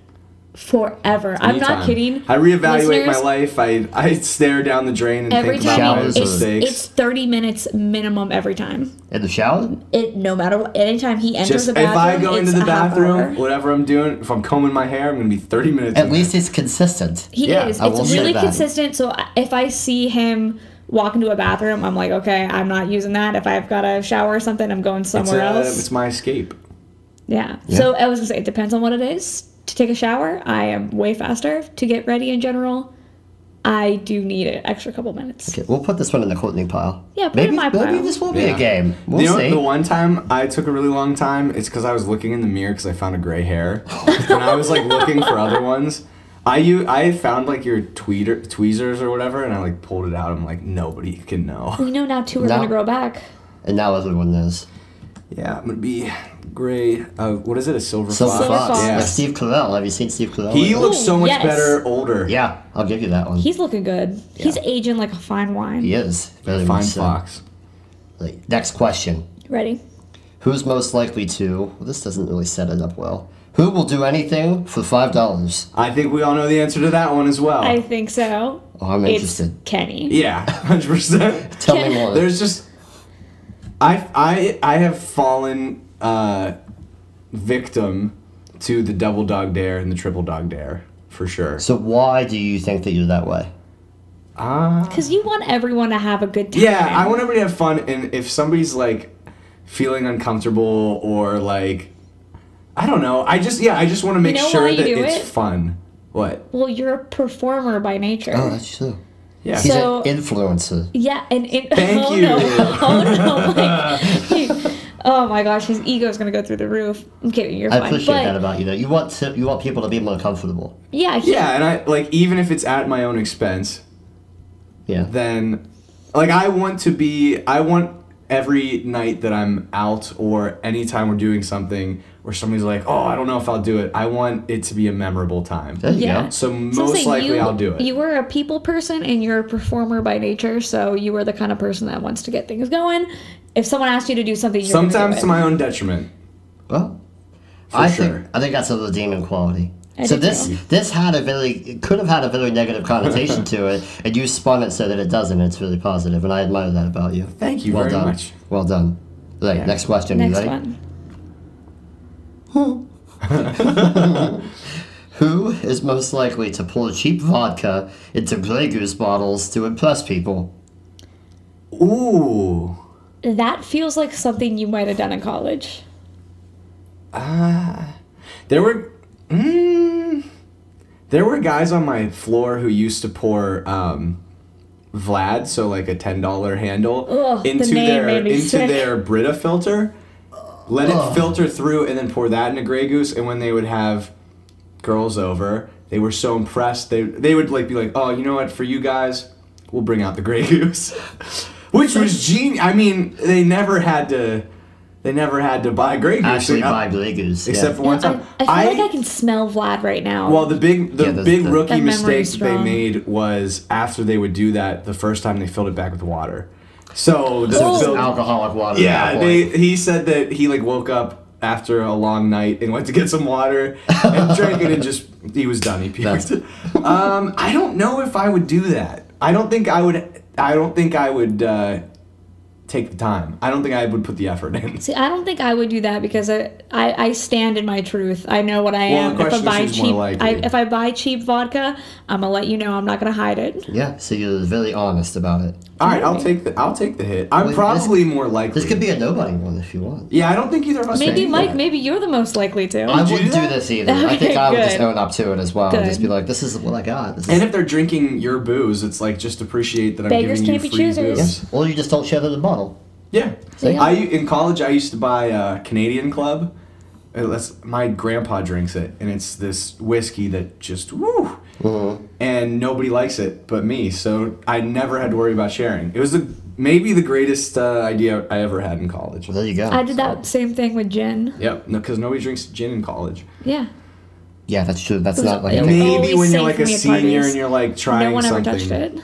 B: forever. I'm
C: Me
B: not
C: time.
B: kidding.
C: I reevaluate my
B: Listeners,
C: life. I, I stare down the drain and
B: Every
C: think about
B: time
C: my
A: Showers
B: it's,
A: are-
C: mistakes.
B: it's 30 minutes minimum every time.
A: In the shower?
B: It no matter what anytime he enters
C: just
B: the
C: if
B: bathroom.
C: I go into
B: it's
C: the
B: a half
C: bathroom,
B: hour.
C: whatever I'm doing, if I'm combing my hair, I'm gonna be 30 minutes.
A: At
C: in
A: least it's consistent.
B: He
C: Yeah,
B: is.
C: I
A: will
B: It's
A: say
B: really
A: that.
B: consistent. So I- if I see him walk into a bathroom, I'm like, okay, I'm not using that. If I've got a shower or something, I'm going
C: there.
B: somewhere
C: it's, uh,
B: else.
C: it's my escape.
B: yeah. So I was gonna say it depends on what it is. To take a shower, I am way faster. To get ready in general, I do need an extra couple minutes.
A: Okay, we'll put this one in the Courtney pile.
B: Yeah, put it
A: maybe
B: in my
A: maybe
B: pile.
A: this will be
C: Yeah.
A: a game. We'll
C: you know,
A: see.
C: the one time I took a really long time, it's because I was looking in the mirror because I found a gray hair, and I was like looking for other ones. I you I found like your tweeter tweezers or whatever, and I like pulled it out. I'm like nobody can know.
B: We know now too. We're
A: No.
B: gonna grow back.
A: and now everyone knows.
C: Yeah, I'm gonna be gray. Uh, what is it? A silver,
A: Silver
C: fox.
B: Silver
A: Fox.
B: Fox.
A: Yeah.
C: Yeah.
A: Steve Carell. Have you seen Steve Carell?
C: He
A: lately?
C: looks so much
B: yes.
C: better older.
A: Yeah, I'll give you that one.
B: He's looking good. He's aging like a fine wine.
A: He is. Very
C: Fine
A: much so.
C: fox.
A: Like, next question.
B: Ready?
A: Who's most likely to? Well, this doesn't really set it up well. Who will do anything for five dollars?
C: I think we all know the answer to that one as well.
B: I think so.
A: Oh, I'm
B: It's
A: interested.
B: Kenny.
C: yeah, hundred percent.
A: Tell me more.
C: There's just I I I have fallen uh, victim to the double dog dare and the triple dog dare for sure.
A: so why do you think that you're that way?
B: Because you want everyone to have a good time.
C: Yeah, I want everybody to have fun, and if somebody's like feeling uncomfortable or like I don't know, I just yeah, I just want to make
B: know why
C: sure
B: you
C: that
B: do
C: it's
B: it?
C: fun. What?
B: Well, you're a performer by nature.
A: Oh, that's true.
C: Yeah.
A: He's
B: So-
A: an influencer.
B: Yeah, and it,
C: Thank
B: oh
C: you.
B: No. Oh no! Like, oh my gosh, his ego's gonna go through the roof. I'm kidding. You're
A: I
B: fine.
A: appreciate
B: but
A: that about you. Though you want to, you want people to be more comfortable.
B: yeah, he,
C: yeah, and I like even if it's at my own expense,
A: Yeah.
C: then like I want to be I want every night that I'm out or anytime we're doing something where somebody's like, "Oh, I don't know if I'll do it." I want it to be a memorable time.
A: there you
B: yeah.
A: go.
C: So most
B: I'm saying
C: likely
B: you,
C: I'll do it.
B: You were a people person, and you're a performer by nature, so you are the kind of person that wants to get things going. If someone asks you to do something, you're gonna do
C: Sometimes
B: it.
C: to my own detriment.
A: Well, I
C: sure.
A: think I think that's a redeeming quality.
B: I
A: so
B: do
A: this
B: too.
A: this had a very it could have had a very negative connotation to it, and you spun it so that it doesn't. It's really positive, and I admire that about you.
C: Thank you
A: well
C: very
A: done.
C: much.
A: Well done. Right, next question. you
B: next
A: ready?
B: one.
A: Who is most likely to pull cheap vodka into Grey Goose bottles to impress people?
C: Ooh.
B: That feels like something you might have done in college.
C: There were mm, there were guys on my floor who used to pour um, Vlad, so like a ten dollar handle,
B: Ugh, the
C: into
B: name
C: their
B: made me
C: into
B: sick.
C: their Brita filter, let it filter through, and then pour that into Grey Goose. And when they would have girls over, they were so impressed. They they would like be like, oh, you know what? For you guys, we'll bring out the Grey Goose, which was genius. I mean, they never had to. They never had to buy Grey Goose.
A: Actually,
C: They-
A: by Grey Goose. yeah.
C: Except for one time,
B: I, I feel like I can smell Vlad right now.
C: well, the big the
A: Yeah, that's
C: big
A: the-
C: rookie
B: That memory's
C: mistake that they
B: strong.
C: made was after they would do that the first time they filled it back with water. So the
B: Oh.
A: It's an
C: filled-
A: alcoholic water.
C: yeah,
A: at that
C: they
A: point.
C: he said that he like woke up after a long night and went to get some water and drank it and just he was done. He
A: That's-
C: puked. um, I don't know if I would do that. I don't think I would. I don't think I would uh, take the time. I don't think I would put the effort in.
B: See, I don't think I would do that because I, I, I stand in my truth. I know what I
C: Well,
B: am. If
C: the
B: I
C: question is
B: buy
C: who's more
B: cheap, I,
C: likely.
B: if I buy cheap vodka, I'm gonna let you know. I'm not gonna hide it.
A: Yeah, so you're very honest about it.
C: All right, I'll take the I'll take the hit. I'm
A: Wait,
C: probably more likely.
A: This could be a nobody one if you want.
C: Yeah, I don't think either of us.
B: Maybe
C: would do
B: Mike,
C: that.
B: maybe you're the most likely to.
A: I
C: you
A: wouldn't
C: do
A: do,
C: that?
A: this either. I
B: Okay,
A: think I would just
B: good.
A: own up to it as well. And just
B: Good.
A: be like, this is what I got. This is-
C: And if they're drinking your booze, it's like just appreciate that I'm
B: Beggars
C: giving you
B: can't be
C: free
B: choosers.
C: booze.
A: or you just don't share the bottle.
C: Yeah.
B: Yeah.
C: I in college I used to buy uh, Canadian Club. Uh, That's my grandpa drinks it, and it's this whiskey that just woo, Mm-hmm. and nobody likes it but me. So I never had to worry about sharing. It was the maybe the greatest uh, idea I ever had in college.
A: Well, there you go.
B: I did that same thing with gin.
C: Yep, no, because nobody drinks gin in college.
B: Yeah.
A: Yeah, that's true. That's
B: It was-
A: not like
B: it
A: a
B: was
A: thing.
C: Maybe
B: always
C: when you're
B: safe
C: like
B: for
C: a
B: me at
C: senior
B: parties.
C: and you're like trying
B: no one
C: something.
B: ever touched it.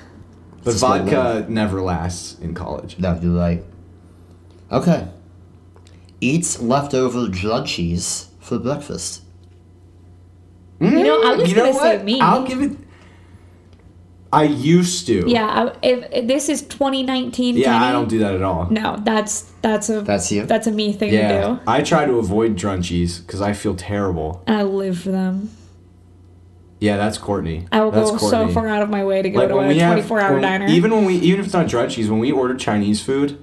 C: But
A: Just like
C: vodka never lasts in college.
A: No, you're right. Okay. Eats leftover drudgies for breakfast.
B: You know, I was
C: You know
B: gonna say
C: what?
B: me.
C: I'll give it. I used to.
B: yeah, I, if, if this is 2019,
C: Yeah, I
B: Kenny,
C: don't do that at all.
B: No, that's that's a
A: That's you?
B: That's a me thing to
C: Yeah,
B: do,
C: I try to avoid drunchies because I feel terrible.
B: and I live for them.
C: Yeah, that's Courtney.
B: I will
C: that's
B: go so far out of my way to go
C: Like
B: to
C: when
B: a
C: we have
B: 24 hour
C: when-
B: diner.
C: Even when we, even if it's not drunchies, when we order Chinese food,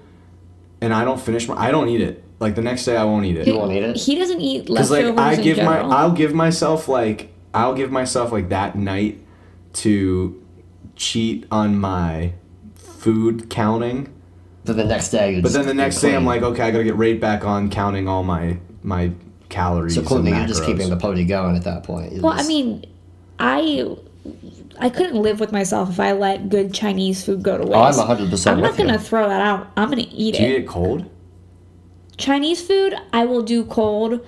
C: and I don't finish my, I don't eat it. Like the next day, I won't eat it.
A: You won't eat it?
B: he doesn't eat
C: Because
B: leftovers
C: like
B: in
C: I give my
B: general.
C: I'll give myself like I'll give myself like that night to cheat on my food counting.
A: But the next day, you're
C: But then the next day I'm like, okay, I gotta get right back on counting all my my calories.
A: So Courtney,
C: and
A: you're just
C: macros.
A: keeping the party going at that point. You're
B: well, I
A: just-
B: mean, I I couldn't live with myself if I let good Chinese food go to waste.
A: oh, I'm 100 percent.
B: I'm not gonna throw that out. I'm gonna eat
C: Do you eat
B: it.
C: it cold?
B: Chinese food, I will do cold.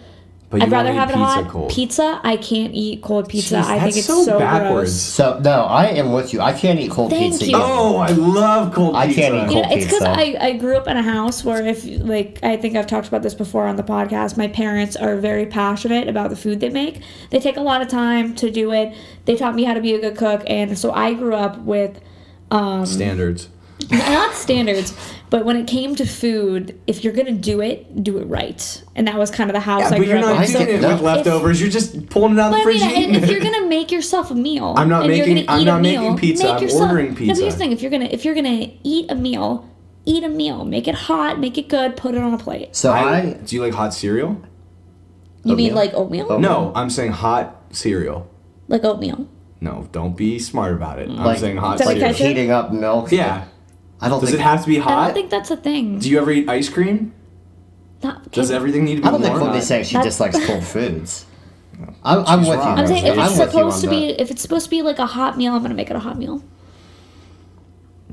C: But
B: I'd rather
C: won't eat
B: have it
C: pizza
B: hot. Pizza, I can't eat cold pizza.
C: Jeez,
B: I think
C: that's
B: it's so, gross.
C: backwards.
A: So no, I am with you. I can't eat cold
B: Thank
A: pizza.
B: you.
A: either.
C: Oh, I love cold
A: I
C: pizza.
A: can't eat
B: You
A: cold
B: know, it's because
A: pizza.
B: I, I grew up in a house where if like I think I've talked about this before on the podcast, my parents are very passionate about the food they make. They take a lot of time to do it. They taught me how to be a good cook, and so I grew up with
C: Standards.
B: not standards, but when it came to food, if you're gonna do it, do it right. And that was kind of the house I
C: but
B: grew
C: you're
B: up
C: not
B: in.
A: with
C: doing
A: it.
C: it
A: No.
C: with leftovers. You're just pulling it out of the
B: But I
C: fridge.
B: mean,
C: and
B: and if
C: eating
B: you're
C: it.
B: gonna make yourself a meal,
C: I'm not
B: and you're
C: making-
B: gonna
C: I'm
B: eat
C: not
B: a
C: making
B: meal,
C: pizza,
B: make
C: I'm
B: yourself-
C: ordering
B: No, but
C: pizza.
B: here's the thing: if you're gonna if you're gonna eat a meal, eat a meal, make it hot, make it good, put it on a plate.
A: So
C: I-
A: I
C: do you like hot cereal?
B: You mean
A: Oatmeal?
B: like oatmeal?
A: Oh,
C: No, I'm saying hot cereal.
B: Like oatmeal.
C: No, don't be smart about it. I'm
A: like,
C: saying hot
B: Is that
A: like
B: a
C: cereal.
B: ketchup?
A: heating up milk.
C: Yeah.
A: I don't
C: Does
A: think
C: it have to be
B: I
C: hot?
B: don't think that's a thing.
C: Do you ever eat ice cream?
B: Not-
C: Does everything need to be
A: I don't think
C: warm?
A: Courtney's saying she
B: That's-
A: dislikes cold foods. I'm, I'm
C: She's
A: with you.
C: wrong.
B: I'm saying if
A: I'm
B: it's
A: with you on
B: supposed to
A: that.
B: be if it's supposed to be like a hot meal, I'm gonna make it a hot meal.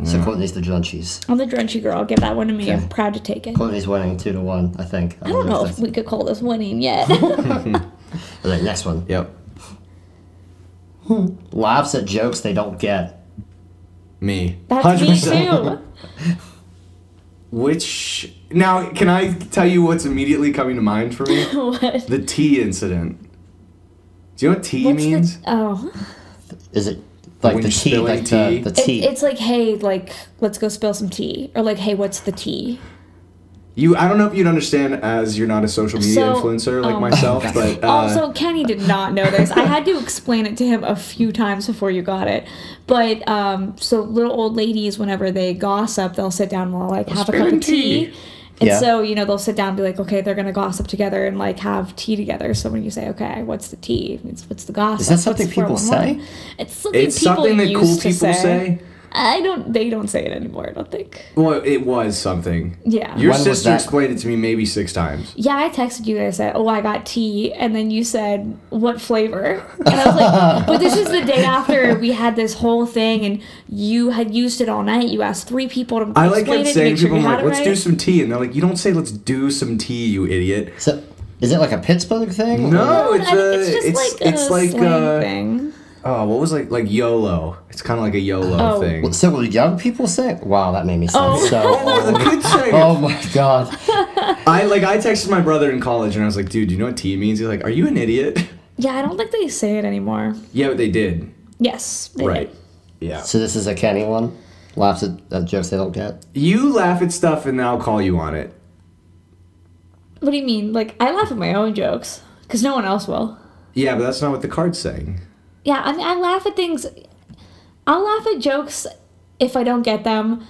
A: So Courtney's the drunchies.
B: I'm the drunchy girl. Give that one to me. I'm proud to take it.
A: Courtney's winning two to one, I think.
B: I don't know if we could call this winning yet.
A: Okay, next one.
C: Yep.
A: Laughs at jokes they don't get.
C: Me.
B: That's me
C: 100%.
B: too.
C: Which now can I tell you what's immediately coming to mind for me?
B: What?
C: the tea incident. Do you know what tea
B: What's the-
C: means?
B: oh.
A: Is it like
C: When
A: the
C: you're
A: tea,
C: spilling
A: like the,
C: tea?
A: the
B: It-
A: tea?
B: it's like, hey, like, let's go spill some tea. Or like, hey, what's the tea?
C: You I don't know if you'd understand as you're not a social media
B: So-
C: influencer like
B: oh.
C: myself, but uh,
B: also, Kenny did not know this. I had to explain it to him a few times before you got it. But um, so little old ladies, whenever they gossip, they'll sit down and they'll like have a cup
C: spilling
B: of tea.
C: tea.
B: And
A: Yeah.
B: so, you know, they'll sit down and be like, okay, they're going to gossip together and like have tea together. So when you say, okay, what's the tea? It's, what's the gossip?
A: Is that something
B: What's the
A: people
B: 411?
A: say?
B: It's something
C: it's
B: people
C: something that
B: used
C: cool
B: to
C: people say.
B: I don't, they don't say it anymore, I don't think.
C: Well, it was something.
B: Yeah.
C: Your
A: When was
C: sister
A: that?
C: explained it to me maybe six times.
B: Yeah, I texted you and I said, "Oh, I got tea," and then you said, "What flavor?" And I was like, "But this is the day after we had this whole thing, and you had used it all night. You asked three people to
C: I like
B: explain
C: kept
B: it, to
C: saying
B: make
C: to
B: sure
C: people,
B: you
C: I'm
B: had
C: like,
B: it
C: let's
B: right."
C: do some tea. And they're like, you don't say let's do some tea, you idiot.
A: so, is it like a Pittsburgh thing?
C: No,
B: I
C: it's,
B: think
C: a,
B: it's just
C: it's,
B: like
C: it's
B: a
C: like,
B: slang
C: uh,
B: thing.
C: oh, what was like, like YOLO. It's kind of like a YOLO
B: Oh.
C: thing.
A: So will young people say? Wow, that made me sound
B: Oh.
A: so.
C: Oh, the
A: old.
C: good thing.
A: oh my god.
C: I like I texted my brother in college and I was like, dude, you know what tea means? He's like, are you an idiot?
B: Yeah, I don't think they say it anymore.
C: yeah, but they did.
B: Yes, they
C: Right.
B: did.
C: Yeah.
A: So this is a Kenny one. Laughs at, at jokes they don't get.
C: You laugh at stuff and then I'll call you on it.
B: What do you mean? Like, I laugh at my own jokes because no one else will.
C: Yeah, but that's not what the card's saying.
B: Yeah, I mean, I laugh at things. I'll laugh at jokes if I don't get them.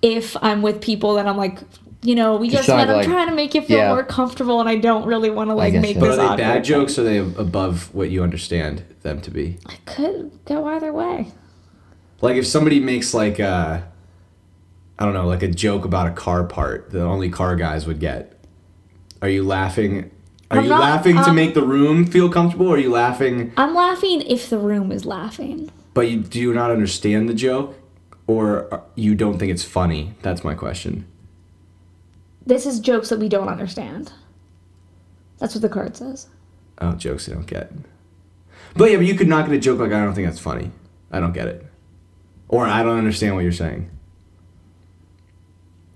B: If I'm with people that I'm like, you know, we
A: Just
B: just met.
A: trying to,
B: I'm
A: like-
B: trying to make you feel
A: yeah.
B: more comfortable, and I don't really want to like
A: guess
B: make
A: so.
B: this
C: But are
B: awkward.
C: they bad jokes or are they above what you understand them to be?
B: I could go either way.
C: Like if somebody makes like a I don't know, like a joke about a car part that only car guys would get. Are you laughing? Are
B: I'm
C: you
B: not-
C: laughing to
B: um,
C: make the room feel comfortable? Or are you laughing
B: I'm laughing if the room is laughing.
C: but you do not understand the joke or are- you don't think it's funny? That's my question.
B: This is jokes that we don't understand. That's what the card says.
C: Oh, jokes I don't get. But yeah, but you could not get a joke like I don't think that's funny. I don't get it. Or I don't understand what you're saying.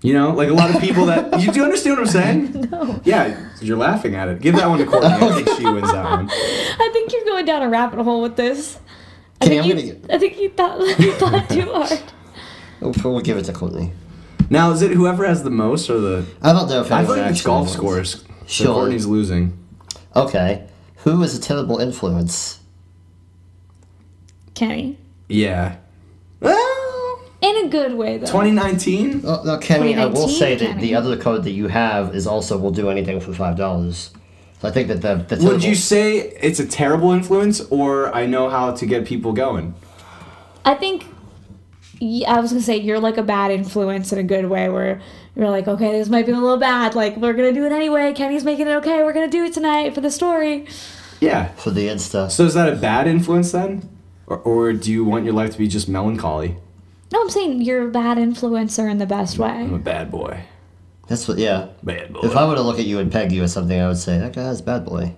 C: You know, like a lot of people that you do understand what I'm saying? No. Yeah, you're laughing at it. Give that one to Courtney. I think she wins that one.
B: I think you're going down a rabbit hole with this. I
A: Okay,
B: think
A: I'm
B: you,
A: gonna
B: I think you thought you thought too hard.
A: We'll, we'll give it to Courtney.
C: Now, is it whoever has the most or the
A: I don't know if
C: I
A: anyone
C: feel like it's
A: actually
C: golf
A: wins.
C: scores. So
A: Sure.
C: Courtney's losing.
A: Okay. Who is a terrible influence?
B: Kenny,
C: Yeah. Well,
B: in a good way though.
C: 2019?
A: Well, now, Kenny, I will
B: 2019,
A: say that
B: Kenny.
A: the other code that you have is also will do anything for five dollars. So I think that the, the
C: Would
A: terrible-
C: you say it's a terrible influence or I know how to get people going?
B: I think y- I was gonna say you're like a bad influence in a good way, where you're like, okay, this might be a little bad. Like we're gonna do it anyway. Kenny's making it okay. We're gonna do it tonight for the story.
C: Yeah.
A: for the Insta?
C: So is that a bad influence then? Or, or do you want your life to be just melancholy?
B: No, I'm saying you're a bad influencer in the best way.
C: I'm a bad boy.
A: That's what. Yeah.
C: Bad boy.
A: If I were to look at you and peg you as something, I would say that guy is a bad boy.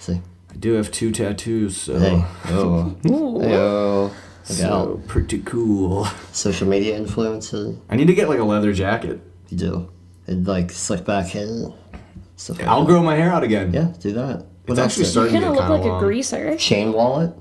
A: See.
C: I do have two tattoos, so,
A: Hey. Oh.
B: Ooh.
A: Yo. Look out.
C: so pretty cool.
A: Social media influencer.
C: I need to get like a leather jacket.
A: You do. And like slick back hair. Stuff like
C: I'll
A: that.
C: grow my hair out again.
A: Yeah. Do that. What
C: It's
A: else
C: actually
A: do-
B: You're
C: starting to
B: gonna
C: get
B: look
C: kind of
B: like
C: long.
B: a greaser.
A: chain wallet.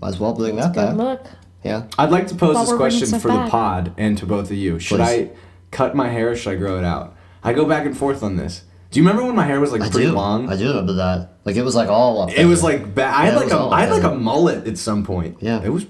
A: Might as well bring that
B: Good
A: back.
B: look.
A: Yeah.
C: I'd like to pose
B: While
C: this
B: we're bringing
C: question
B: stuff
C: for the
B: back.
C: pod and to both of you. Should
A: Please.
C: I cut my hair or should I grow it out? I go back and forth on this. Do you remember when my hair was like
A: I
C: pretty
A: do.
C: long?
A: I do remember that. Like it was like all up.
C: It was
A: there.
C: like ba- I had
A: Yeah, it
C: like
A: was
C: a
A: all
C: I had like
A: bad.
C: a mullet at some point.
A: Yeah.
C: it was.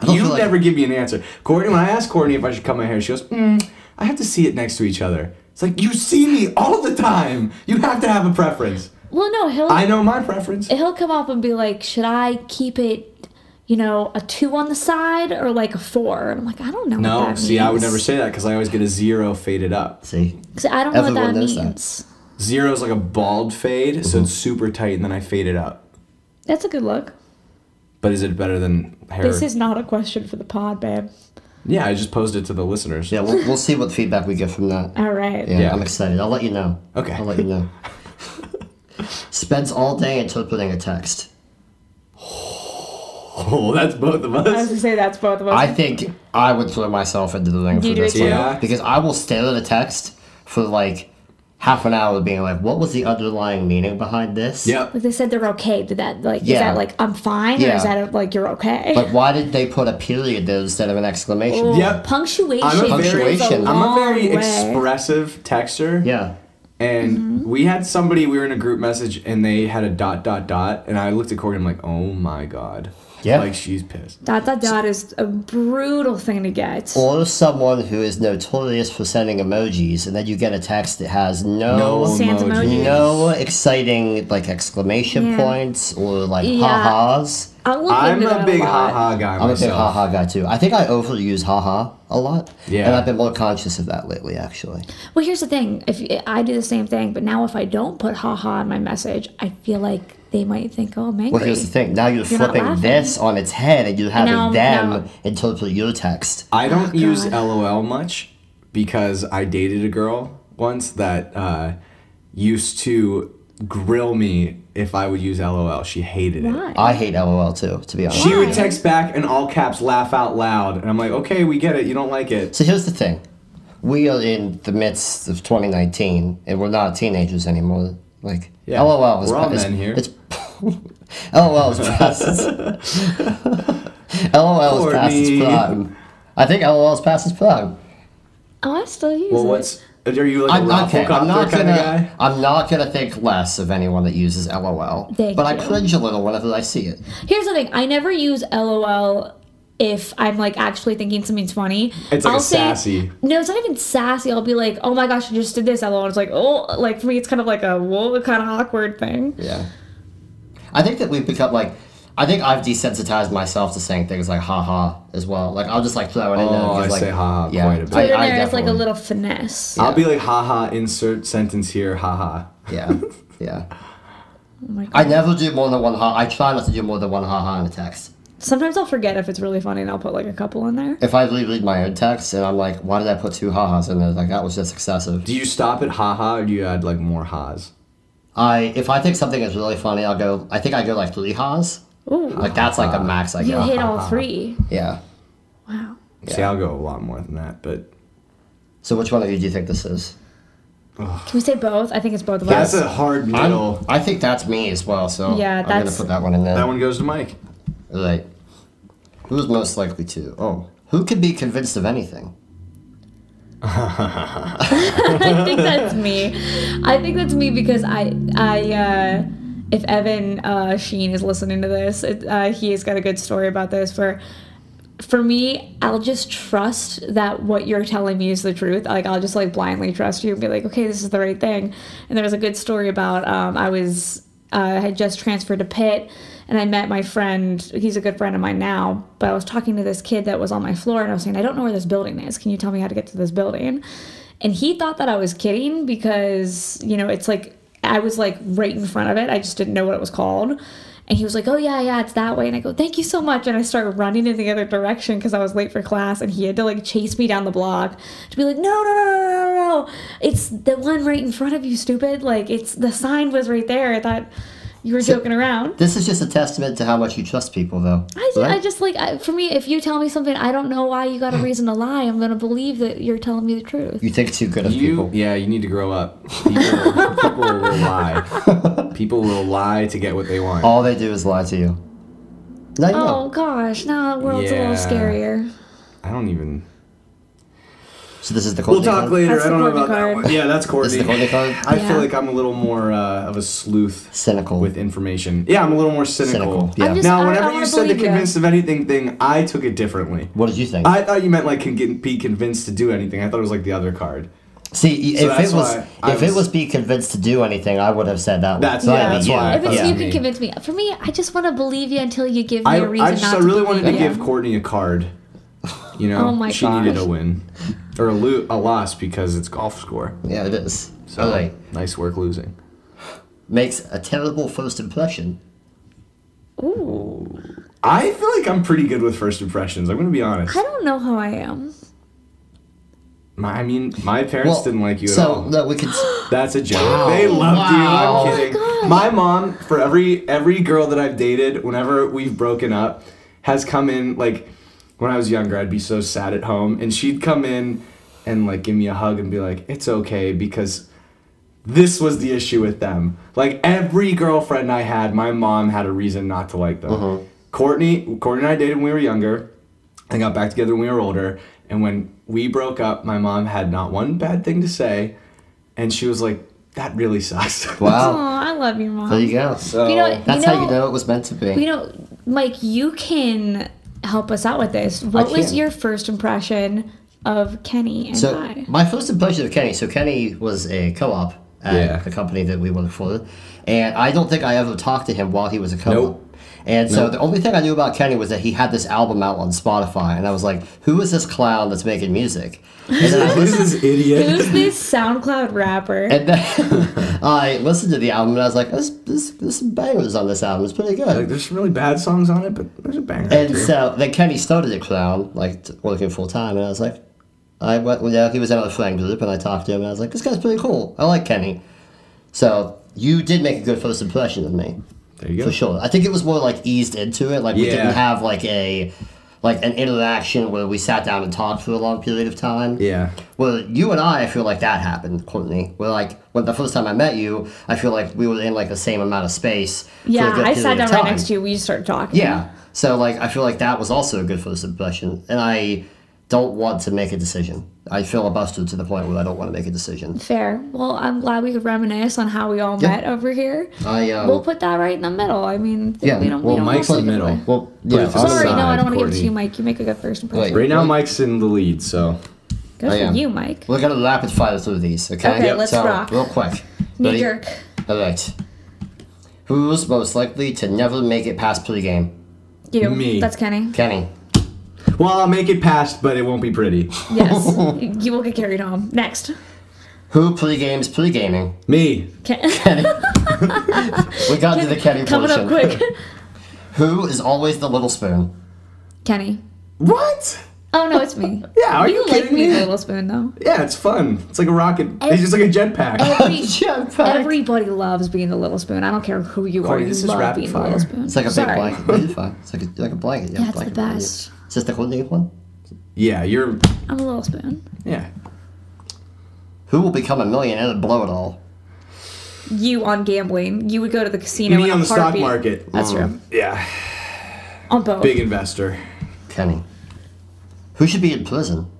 A: don't
C: You
A: feel like-
C: never give me an answer, Courtney. When I asked Courtney if I should cut my hair, she goes, mm, "I have to see it next to each other." It's like you see me all the time. You have to have a preference.
B: Well, no, he'll
C: I know my preference.
B: he'll come up and be like, should I keep it? You know, a two on the side or like a four. And I'm like, I don't know. what
C: No,
B: that
C: see, I would
B: means.
C: never say that because I always get a zero faded up.
A: See.
B: 'Cause I don't know what
A: Everyone
B: that
A: knows
B: means.
A: that.
C: Zero is like a bald fade,
A: Mm-hmm.
C: so it's super tight, and then I fade it up.
B: That's a good look.
C: But is it better than hair?
B: This is not a question for the pod, babe.
C: yeah, I just posed it to the listeners.
A: Yeah. We'll, we'll see what feedback we get from that.
B: All right.
A: Yeah,
C: Yeah.
A: I'm excited. I'll let you know.
C: Okay.
A: I'll let you know. Spends all day interpreting a text.
C: Oh, that's both of
B: I was
C: us.
B: gonna say that's both of us.
A: I think I would throw myself into the ring
B: You
A: for
B: do
A: this
B: too?
A: one.
C: Yeah.
A: Because I will stare at a text for like half an hour being like, what was the underlying meaning behind this?
C: Yep.
B: Like they said they're okay. Did that like is
A: Yeah.
B: that like I'm fine or
A: Yeah.
B: is that like you're okay?
A: Like, why did they put a period there instead of an exclamation?
B: Oh,
C: Yep.
B: Punctuation.
C: I'm a very,
B: goes a
A: Punctuation.
C: I'm a
B: long
C: very
B: way.
C: expressive texter.
A: Yeah.
C: And
B: Mm-hmm.
C: we had somebody, we were in a group message and they had a dot, dot, dot. And I looked at Corey and I'm like, oh my God.
A: Yeah.
C: Like she's pissed.
B: Dot dot dot is a brutal thing to get.
A: Or someone who is notorious for sending emojis, and then you get a text that has no,
B: Sans emoji.
A: no, exciting like exclamation
B: Yeah.
A: points or like
B: Yeah.
A: ha-has.
B: I look
C: I'm
B: into
C: a
B: that
C: big
B: lot.
C: haha guy
A: I'm a big
C: myself.
A: haha guy too. I think I overuse haha a lot.
C: Yeah.
A: And I've been more conscious of that lately, actually.
B: Well, here's the thing. If I do the same thing, but now if I don't put haha in my message, I feel like they might think, oh, I'm angry.
A: Well, here's the thing. Now you're,
B: You're not
A: flipping
B: laughing.
A: this on its head and you're having
B: No,
A: them
B: no.
A: interpret your text.
C: I don't
B: Oh,
C: use LOL much because I dated a girl once that uh, used to grill me if I would use LOL. She hated it.
B: Why?
A: I hate LOL too, to be honest.
C: She would
B: Why?
C: text back and all caps laugh out loud. And I'm like, okay, we get it. You don't like it.
A: So here's the thing. We are in the midst of 2019, and we're not teenagers anymore. Like,
C: Yeah.
A: LOL is
C: We're all
A: it's-
C: men here.
A: It's LOL is past. its- LOL is past
C: Courtney.
A: its prime. I think LOL is past its prime.
B: Oh, I still use
C: Well,
B: it.
C: what's are you like
A: I'm
C: a
A: not, okay,
C: Rafflecopter
A: I'm not
C: kind
A: gonna.
C: of guy?
A: I'm not gonna think less of anyone that uses LOL.
B: Thank
A: but
B: you.
A: I cringe a little whenever I see it.
B: Here's the thing: I never use LOL if I'm like actually thinking something's funny.
C: It's like a sassy.
B: No, it's not even sassy. I'll be like, "Oh my gosh, I just did this." LOL. It's like, oh, like for me, it's kind of like a whoa, kind of awkward thing.
A: Yeah. I think that we've become like. I think I've desensitized myself to saying things like haha as well. Like I'll just like throw it in there.
C: Oh,
A: because,
C: I
A: like,
C: say "haha"
A: yeah,
C: quite a bit.
A: I-
B: But then
A: I
B: there is like a
A: definitely-
B: little finesse. Oh
C: I'll be like, haha, insert sentence here, haha.
A: Yeah, yeah.
B: Oh my
A: I
B: God.
A: never do more than one ha. I try not to do more than one haha in a text.
B: Sometimes I'll forget if it's really funny, and I'll put like a couple in there.
A: If I reread my own text and I'm like, why did I put two hahas in there? Like that was just excessive.
C: Do you stop at haha or do you add like more ha's?
A: I if I think something is really funny, I'll go. I think I go like three hahs.
B: Ooh,
A: Like that's like the max I
B: you
A: go.
B: hit all three.
A: Yeah.
B: Wow.
C: See, I'll go a lot more than that, but
A: So which one of you do you think this is?
B: Can we say both? I think it's both of
C: that's
B: us.
C: a hard
A: I'm-
C: middle.
A: I think that's me as well. So
B: Yeah,
A: I'm gonna
B: that's-
A: put that one in there.
C: that one goes to Mike.
A: Right. Who's most likely to? Oh, who could be convinced of anything?
B: I think that's me. I think that's me because I I uh, if Evan uh, Sheen is listening to this, it, uh, he has got a good story about this. For for me, I'll just trust that what you're telling me is the truth. Like I'll just like blindly trust you and be like, okay, this is the right thing. And there was a good story about um, I was uh, had just transferred to Pitt and I met my friend. He's a good friend of mine now, but I was talking to this kid that was on my floor and I was saying, I don't know where this building is. Can you tell me how to get to this building? And he thought that I was kidding because, you know, it's like I was like right in front of it. I just didn't know what it was called. And he was like, "Oh yeah, yeah, it's that way." And I go, "Thank you so much." And I start running in the other direction because I was late for class, and he had to like chase me down the block to be like, "No, no, no, no, no, no! It's the one right in front of you, stupid! Like it's the sign was right there." I thought you were joking around.
A: This is just a testament to how much you trust people, though.
B: I, ju- I
A: right?
B: just like I, for me, if you tell me something, I don't know why you got a reason to lie. I'm gonna believe that you're telling me the truth.
A: You think too good of
C: You,
A: people.
C: yeah, you need to grow up. People, people will lie. People will lie to get what they want.
A: All they do is lie to you. No, you
B: Oh
A: know.
B: gosh, now the world's a
C: Yeah.
B: little scarier.
C: I don't even.
A: So this is the
C: We'll
A: Courtney
C: talk
A: card?
C: later.
B: That's the
C: I don't know
B: Courtney
C: about that
B: card.
C: one. Yeah,
A: This
C: that's
A: is
C: Courtney.
A: the Courtney card?
C: I
B: Yeah.
C: feel like I'm a little more uh, of a sleuth
A: Cynical.
C: with information. Yeah, I'm a little more cynical.
A: Cynical, yeah. I'm
B: just- I-
C: now,
B: I
C: whenever you
B: wanna
C: said the
B: believe ya.
C: convinced of anything thing, I took it differently.
A: what did you think?
C: I thought you meant like can get, be convinced to do anything. I thought it was like the other card.
A: See,
C: So
A: if
C: that's
A: it was
C: why I
A: if it
C: was-
A: was be convinced to do anything, I would have said that. one.
C: That's-
A: Not
C: yeah,
A: even
C: that's
A: you.
C: why I
B: If it's
C: thought
B: you
C: that.
B: can convince me. For me, I just want to believe you until you give me
C: I,
B: a reason
C: I just
B: not
C: I
B: to
C: really wanted
B: believe
C: to
B: you.
C: give Courtney a card. You know,
B: Oh my
C: she needed
B: gosh.
C: a win or a, lo- a loss because it's golf score.
A: Yeah, it is.
C: So
A: So like
C: nice work losing.
A: makes a terrible first impression.
B: Ooh,
C: I feel like I'm pretty good with first impressions. I'm gonna be honest.
B: I don't know how I am.
C: My, I mean, my parents
A: Well,
C: didn't like you at
A: so
C: all.
A: no, we could.
C: That's a joke. They loved
A: Wow.
C: you.
A: Oh
C: I'm
A: my
C: kidding.
B: God.
C: my mom, for every every girl that I've dated, whenever we've broken up, has come in like when I was younger, I'd be so sad at home, and she'd come in and like give me a hug and be like, "It's okay," because this was the issue with them. Like every girlfriend I had, my mom had a reason not to like them. Courtney, Courtney and I dated when we were younger, and got back together when we were older. And when we broke up, my mom had not one bad thing to say, and she was like, "That really sucks."
B: Oh,
A: Wow,
B: I love you, mom.
A: there you go.
C: So,
B: You know-
A: That's how you
B: know-
A: know it was meant to be.
B: You know, Mike, you can help us out with this. What was
A: can.
B: your first impression of Kenny and
A: So
B: I?
A: my first impression of Kenny. So Kenny was a co-op at
C: Yeah.
A: the company that we worked for, and I don't think I ever talked to him while he was a co-op.
C: Nope.
A: And so
C: Nope.
A: the only thing I knew about Kenny was that he had this album out on Spotify, and I was like, "Who is this clown that's making music?" And then I
C: this is idiot.
B: Who's this SoundCloud rapper?
A: and then I listened to the album, and I was like, "This, this, this some bangers on this album. It's pretty
C: Like,
A: good."
C: there's some really bad songs on it, but there's a banger.
A: And
C: too.
A: so then Kenny started at Clown, like t- working full time, and I was like, I went, you know, he was in a friend group, and I talked to him, and I was like, this guy's pretty cool. I like Kenny. So you did make a good first impression of me,
C: there you go.
A: for sure. I think it was more like eased into it. Like we
C: Yeah.
A: didn't have like a like an interaction where we sat down and talked for a long period of time.
C: Yeah.
A: Well, you and I, I feel like that happened, Courtney. Where like when the first time I met you, I feel like we were in like the same amount of space. for a
B: yeah,
A: good
B: I
A: period
B: sat
A: of
B: down right
A: time.
B: next to you. We just started talking.
A: Yeah. So like I feel like that was also good for the suppression, and I don't want to make a decision. I filibustered to the point where I don't want to make a decision.
B: Fair. Well, I'm glad we could reminisce on how we all met over here.
A: I um,
B: we'll put that right in the middle. I mean,
A: Yeah,
B: we don't.
A: well,
B: we don't
C: Mike's
B: have
C: in
B: to
C: the
B: give
C: middle.
B: away.
A: well
C: Put
A: yeah
C: it to the
A: I'll-
B: Sorry, no, I
C: Side,
B: don't want to give it to
C: Courtney.
B: you, Mike. You make a good first impression.
A: Wait.
C: Right now, Mike's in the lead, so
B: Good
A: I
B: for
A: am.
B: you, Mike.
A: we're gonna rapid fire through these. Okay.
B: Okay, Yep. let's
A: so,
B: rock.
A: Real quick.
B: Knee
A: Ready?
B: jerk.
A: All right. Who's most likely to never make it past pregame?
B: You.
C: Me.
B: That's Kenny.
A: Kenny.
C: well, I'll make it past, but it won't be pretty.
B: Yes. you you will get carried home. Next.
A: Who pregames pregaming?
C: Me,
B: Ken-
A: We got to the Kenny
B: Coming
A: portion.
B: up quick.
A: Who is always the little spoon?
B: Kenny.
C: what?
B: Oh no, it's me.
C: Yeah, are you,
B: You like
C: kidding
B: me,
C: me?
B: Little Spoon, though.
C: Yeah, it's fun. It's like a rocket. It's just like a jetpack.
A: Oh.
B: Every-
A: Jetpack.
B: everybody loves being the Little Spoon. I don't care who you are.
C: Courtney,
B: You
C: this is
B: love
C: rapid
B: being
C: fire.
B: the Little Spoon.
A: It's like a
B: Sorry.
A: big blanket. It's fine. It's like a, like a blanket. Yeah,
B: Yeah, it's the
A: blanket.
B: best.
A: Is this the coordinated one?
C: Yeah, you're.
B: I'm a Little Spoon.
C: Yeah.
A: Who will become a millionaire and blow it all?
B: You on gambling. You would go to the casino.
C: Me
B: in a
C: on the stock
B: heartbeat.
C: market.
B: That's true.
C: Yeah.
B: On both.
C: Big investor.
A: Kenny. Who should be in prison?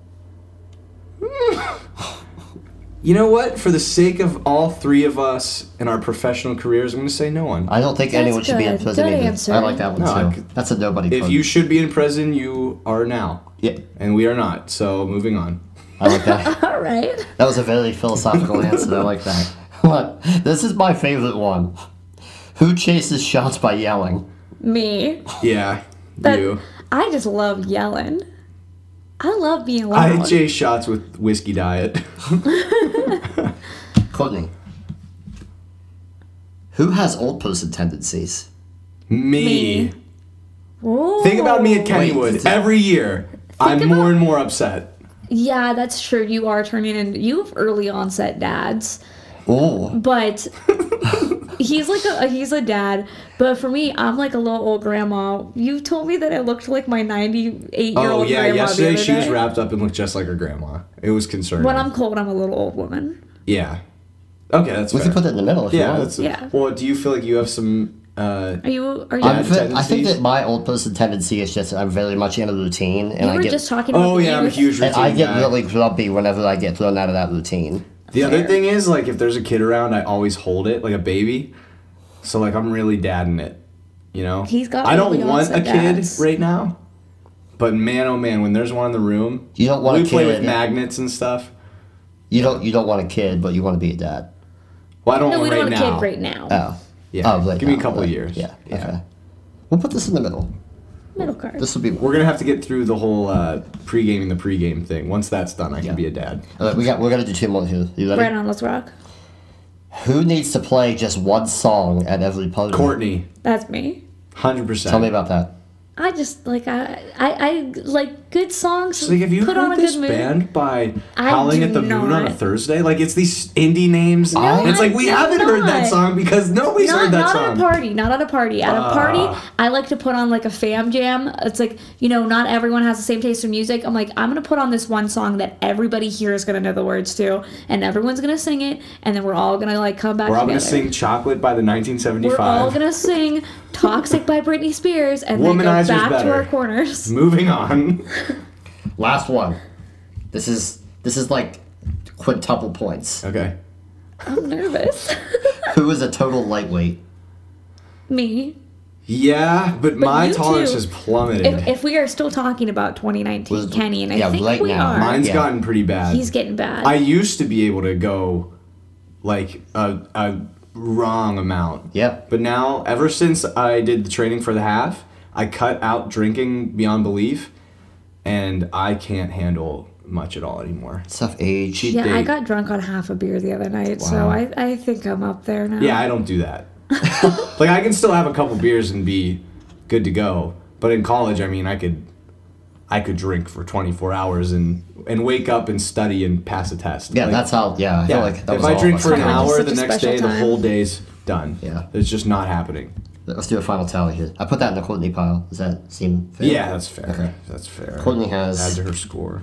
C: You know what? For the sake of all three of us and our professional careers, I'm going to say no one.
A: I don't think
B: That's
A: anyone should be in
B: good.
A: prison
B: Good
A: either.
B: answer.
A: I like that one
C: No, I
A: too.
C: could-
A: That's a nobody.
C: If
A: code.
C: you should be in prison, you are now.
A: yeah,
C: And we are not. So moving on.
A: I like that.
B: All right.
A: that was a very philosophical answer. I like that. Look, this is my favorite one. Who chases shots by yelling?
B: Me.
C: Yeah.
B: That-
C: you.
B: I just love yelling. I love being
C: I
B: loud.
C: chase shots with whiskey diet.
A: Courtney. Who has old person tendencies?
C: Me.
B: Me. Oh, Ooh.
C: Think about me at
A: Wait,
C: Kennywood
A: d-
C: every year. I'm
B: about-
C: more and more upset.
B: Yeah, that's true. You are turning in. You have early onset dads.
A: Oh,
B: but he's like a he's a dad but for me i'm like a little old grandma you told me that i looked like my 98 year
C: Oh
B: old
C: yeah,
B: grandma the
C: yesterday
B: other
C: she was
B: day.
C: wrapped up and looked just like her grandma. It was concerning.
B: when i'm cold i'm a little old woman
C: yeah. Okay, that's
A: we
C: fair.
A: can put it in the middle if you
C: yeah,
A: want.
C: that's
B: Yeah.
C: Well, do you feel like you have some? Uh,
B: are you are you
A: I'm
C: Bad
A: fe- I think
C: tendencies?
A: that my old person tendency is just I'm very much in a routine, and
B: you
A: I
B: were
A: get
B: just talking about
C: oh
B: the
C: yeah, I'm a
B: youth.
C: huge routine
A: and I get
C: guy.
A: really grumpy whenever I get thrown out of that routine.
C: The other
B: Fair.
C: thing is like if there's a kid around, I always hold it like a baby. So like I'm really dadding it, you know.
B: He's got
C: I
B: early
C: don't want a
B: onset
C: kid
B: dads.
C: right now, but man, oh man, when there's one in the room,
A: You don't want
C: we
A: a
C: play
A: kid.
C: with magnets and stuff.
A: You don't you don't want a kid, but you want to be a dad.
C: Well, I don't
B: no we
C: want
B: don't
C: right
B: want a
C: now.
B: kid right now
A: Oh,
C: Yeah,
A: Oh, right
C: give me a
A: now,
C: couple
A: right.
C: years.
A: Yeah, Okay. We'll put this in the middle.
B: middle card
A: This will be.
C: We're gonna have to get through the whole uh, pre-gaming the pre-game thing. Once that's done, I can be a dad.
A: All right, we got. We're gonna do two more here. You ready?
B: right on let's rock
A: Who needs to play just one song at every party?
C: Courtney,
B: that's me
C: hundred percent.
A: Tell me about that.
B: i just like i i, I like good songs
C: Like, have you
B: put
C: heard
B: on a
C: this
B: good mood
C: band by
B: I
C: Howling
B: do
C: at the Moon on a
B: not.
C: Thursday? Like, it's these indie names. it's
B: I
C: like, we
B: do
C: haven't heard that
B: not.
C: song because nobody's
B: not,
C: heard that
B: not
C: song. Ah.
B: at a party not at a party at a party i like to put on like a fam jam it's like you know not everyone has the same taste in music i'm like i'm gonna put on this one song that everybody here is gonna know the words to and everyone's gonna sing it and then we're all gonna like come back
C: We're all
B: together
C: gonna sing "Chocolate" by the
B: we're
C: 1975.
B: all gonna sing toxic by britney spears and then go
C: Womanizer's
B: back to
C: better.
B: our corners
C: Moving on.
A: Last one. This is this is like quintuple points.
C: Okay.
B: i'm nervous
A: Who is a total lightweight?
B: me
C: Yeah, but,
B: you
C: my tolerance
B: two-
C: has plummeted.
B: if, if we are still talking about 2019
A: Was-
B: kenny and i
A: yeah,
B: think
A: right
B: we
A: now.
B: are
A: Mine-
C: Mine's
A: yeah.
C: gotten pretty bad.
B: he's getting bad
C: I used to be able to go, like a a wrong amount.
A: Yep.
C: But now, ever since I did the training for the half, I cut out drinking beyond belief, and I can't handle much at all anymore.
A: Stuff age.
C: Cheat
B: yeah, I
C: date.
B: got drunk on half a beer the other night, so I, I think I'm up there now.
C: Yeah, I don't do that. like I can still have a couple beers and be good to go. But in college, I mean, I could I could drink for 24 hours and and wake up and study and pass a test.
A: Yeah,
C: Like,
A: that's how. Yeah, I feel
C: yeah.
A: like that
C: if
A: was
C: I
A: all
C: drink
A: of
C: for
A: us.
C: an
B: Time is
C: hour,
B: such
C: the
B: a
C: next
B: special
C: day, the
B: time.
C: whole day's done.
A: Yeah.
C: it's just not happening.
A: Let's do a final tally here. I put that in the Courtney pile. Does that seem fair?
C: Yeah, that's fair. That's fair.
A: Courtney
C: Add
A: has
C: to her score.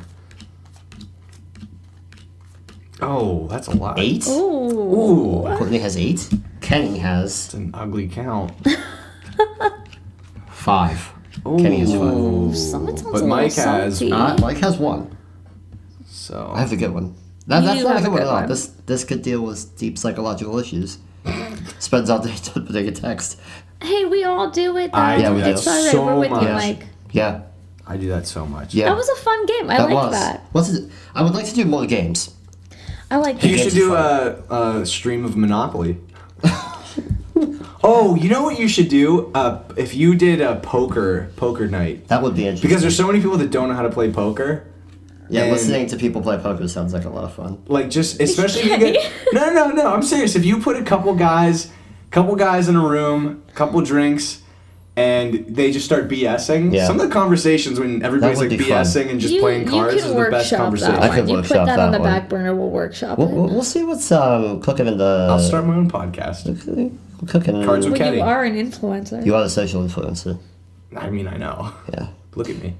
C: Oh, that's a lot.
A: eight.
B: Ooh.
C: Ooh,
A: Courtney has eight. Kenny has
C: an ugly count.
A: five. Kenny is fun.
B: Ooh, Someone sounds
C: But
B: a
C: Mike
B: Mike
C: has
B: salty.
A: Uh, Mike has one.
C: So
A: I have a good one. That,
B: You
A: that's
B: do
A: not a
B: have
A: good
B: a
A: one at
B: good
A: all.
B: one.
A: This this could deal with deep psychological issues. Spends all day typing a text.
B: hey, we all do it. Though.
C: I
A: Yeah,
C: do
A: we
C: that
A: do.
B: It's alright,
C: so
B: we're with
C: much.
B: you,
A: Yeah.
B: Mike.
A: Yeah,
C: I do that so much.
A: yeah.
B: That was a fun game. I
A: that
B: like
A: was.
B: that.
A: What's it? I would like to do more games.
B: I like
C: You
B: that.
C: should do a, a stream of Monopoly. oh, you know what you should do? Uh, if you did a poker poker night,
A: That would be interesting.
C: because there's so many people that don't know how to play poker.
A: yeah,
C: and-
A: listening to people play poker sounds like a lot of fun.
C: Like just especially if you get no no no I'm serious. If you put a couple guys, couple guys in a room, couple drinks, and they just start BSing.
A: Yeah.
C: Some of the conversations when everybody's
A: would
C: like
A: be fun.
C: BSing and just
B: you,
C: playing cards
B: you
C: is
B: can
C: the best
B: workshop
C: conversation.
B: that
A: I
B: one.
A: could
B: you put
A: workshop
B: that, on
A: that
B: the
A: one.
B: back burner. We'll workshop
A: We'll,
B: it.
A: we'll, we'll see what's um, cooking in the.
C: I'll start my own podcast.
A: cooking.
C: Cards with
B: Well,
C: Kenny.
B: you are an influencer.
A: You are the social influencer.
C: I mean, I know.
A: Yeah.
C: Look at me.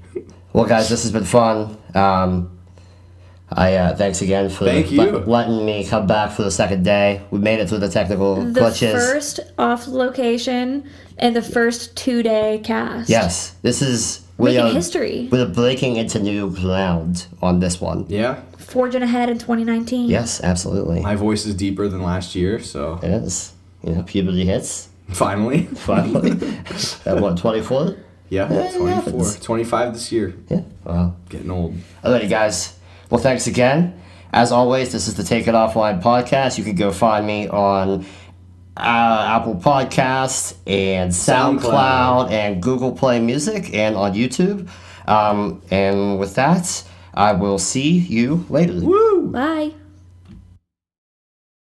A: Well, guys, this has been fun. Um, I uh, thanks again for
C: Thank
A: le-
C: you.
A: letting me come back for the second day. We made it through the technical
B: the
A: glitches.
B: first off location and the first two day cast.
A: yes, this is we
B: Making
A: are
B: history.
A: we are breaking into new ground on this one.
C: Yeah,
B: Forging ahead in 2019.
A: Yes, absolutely.
C: my voice is deeper than last year, so
A: it is. You know, puberty hits
C: finally.
A: finally. At what twenty four?
C: Yeah,
A: Yeah, it
C: 24,
A: happens.
C: 25 this year.
A: Yeah. Wow.
C: Getting old.
A: Alrighty, guys. Well, thanks again. As always, this is the Take It Offline podcast. You can go find me on uh, Apple Podcast and SoundCloud,
C: SoundCloud.
A: and Google Play Music and on YouTube. Um, and with that, I will see you later.
C: Woo!
B: Bye.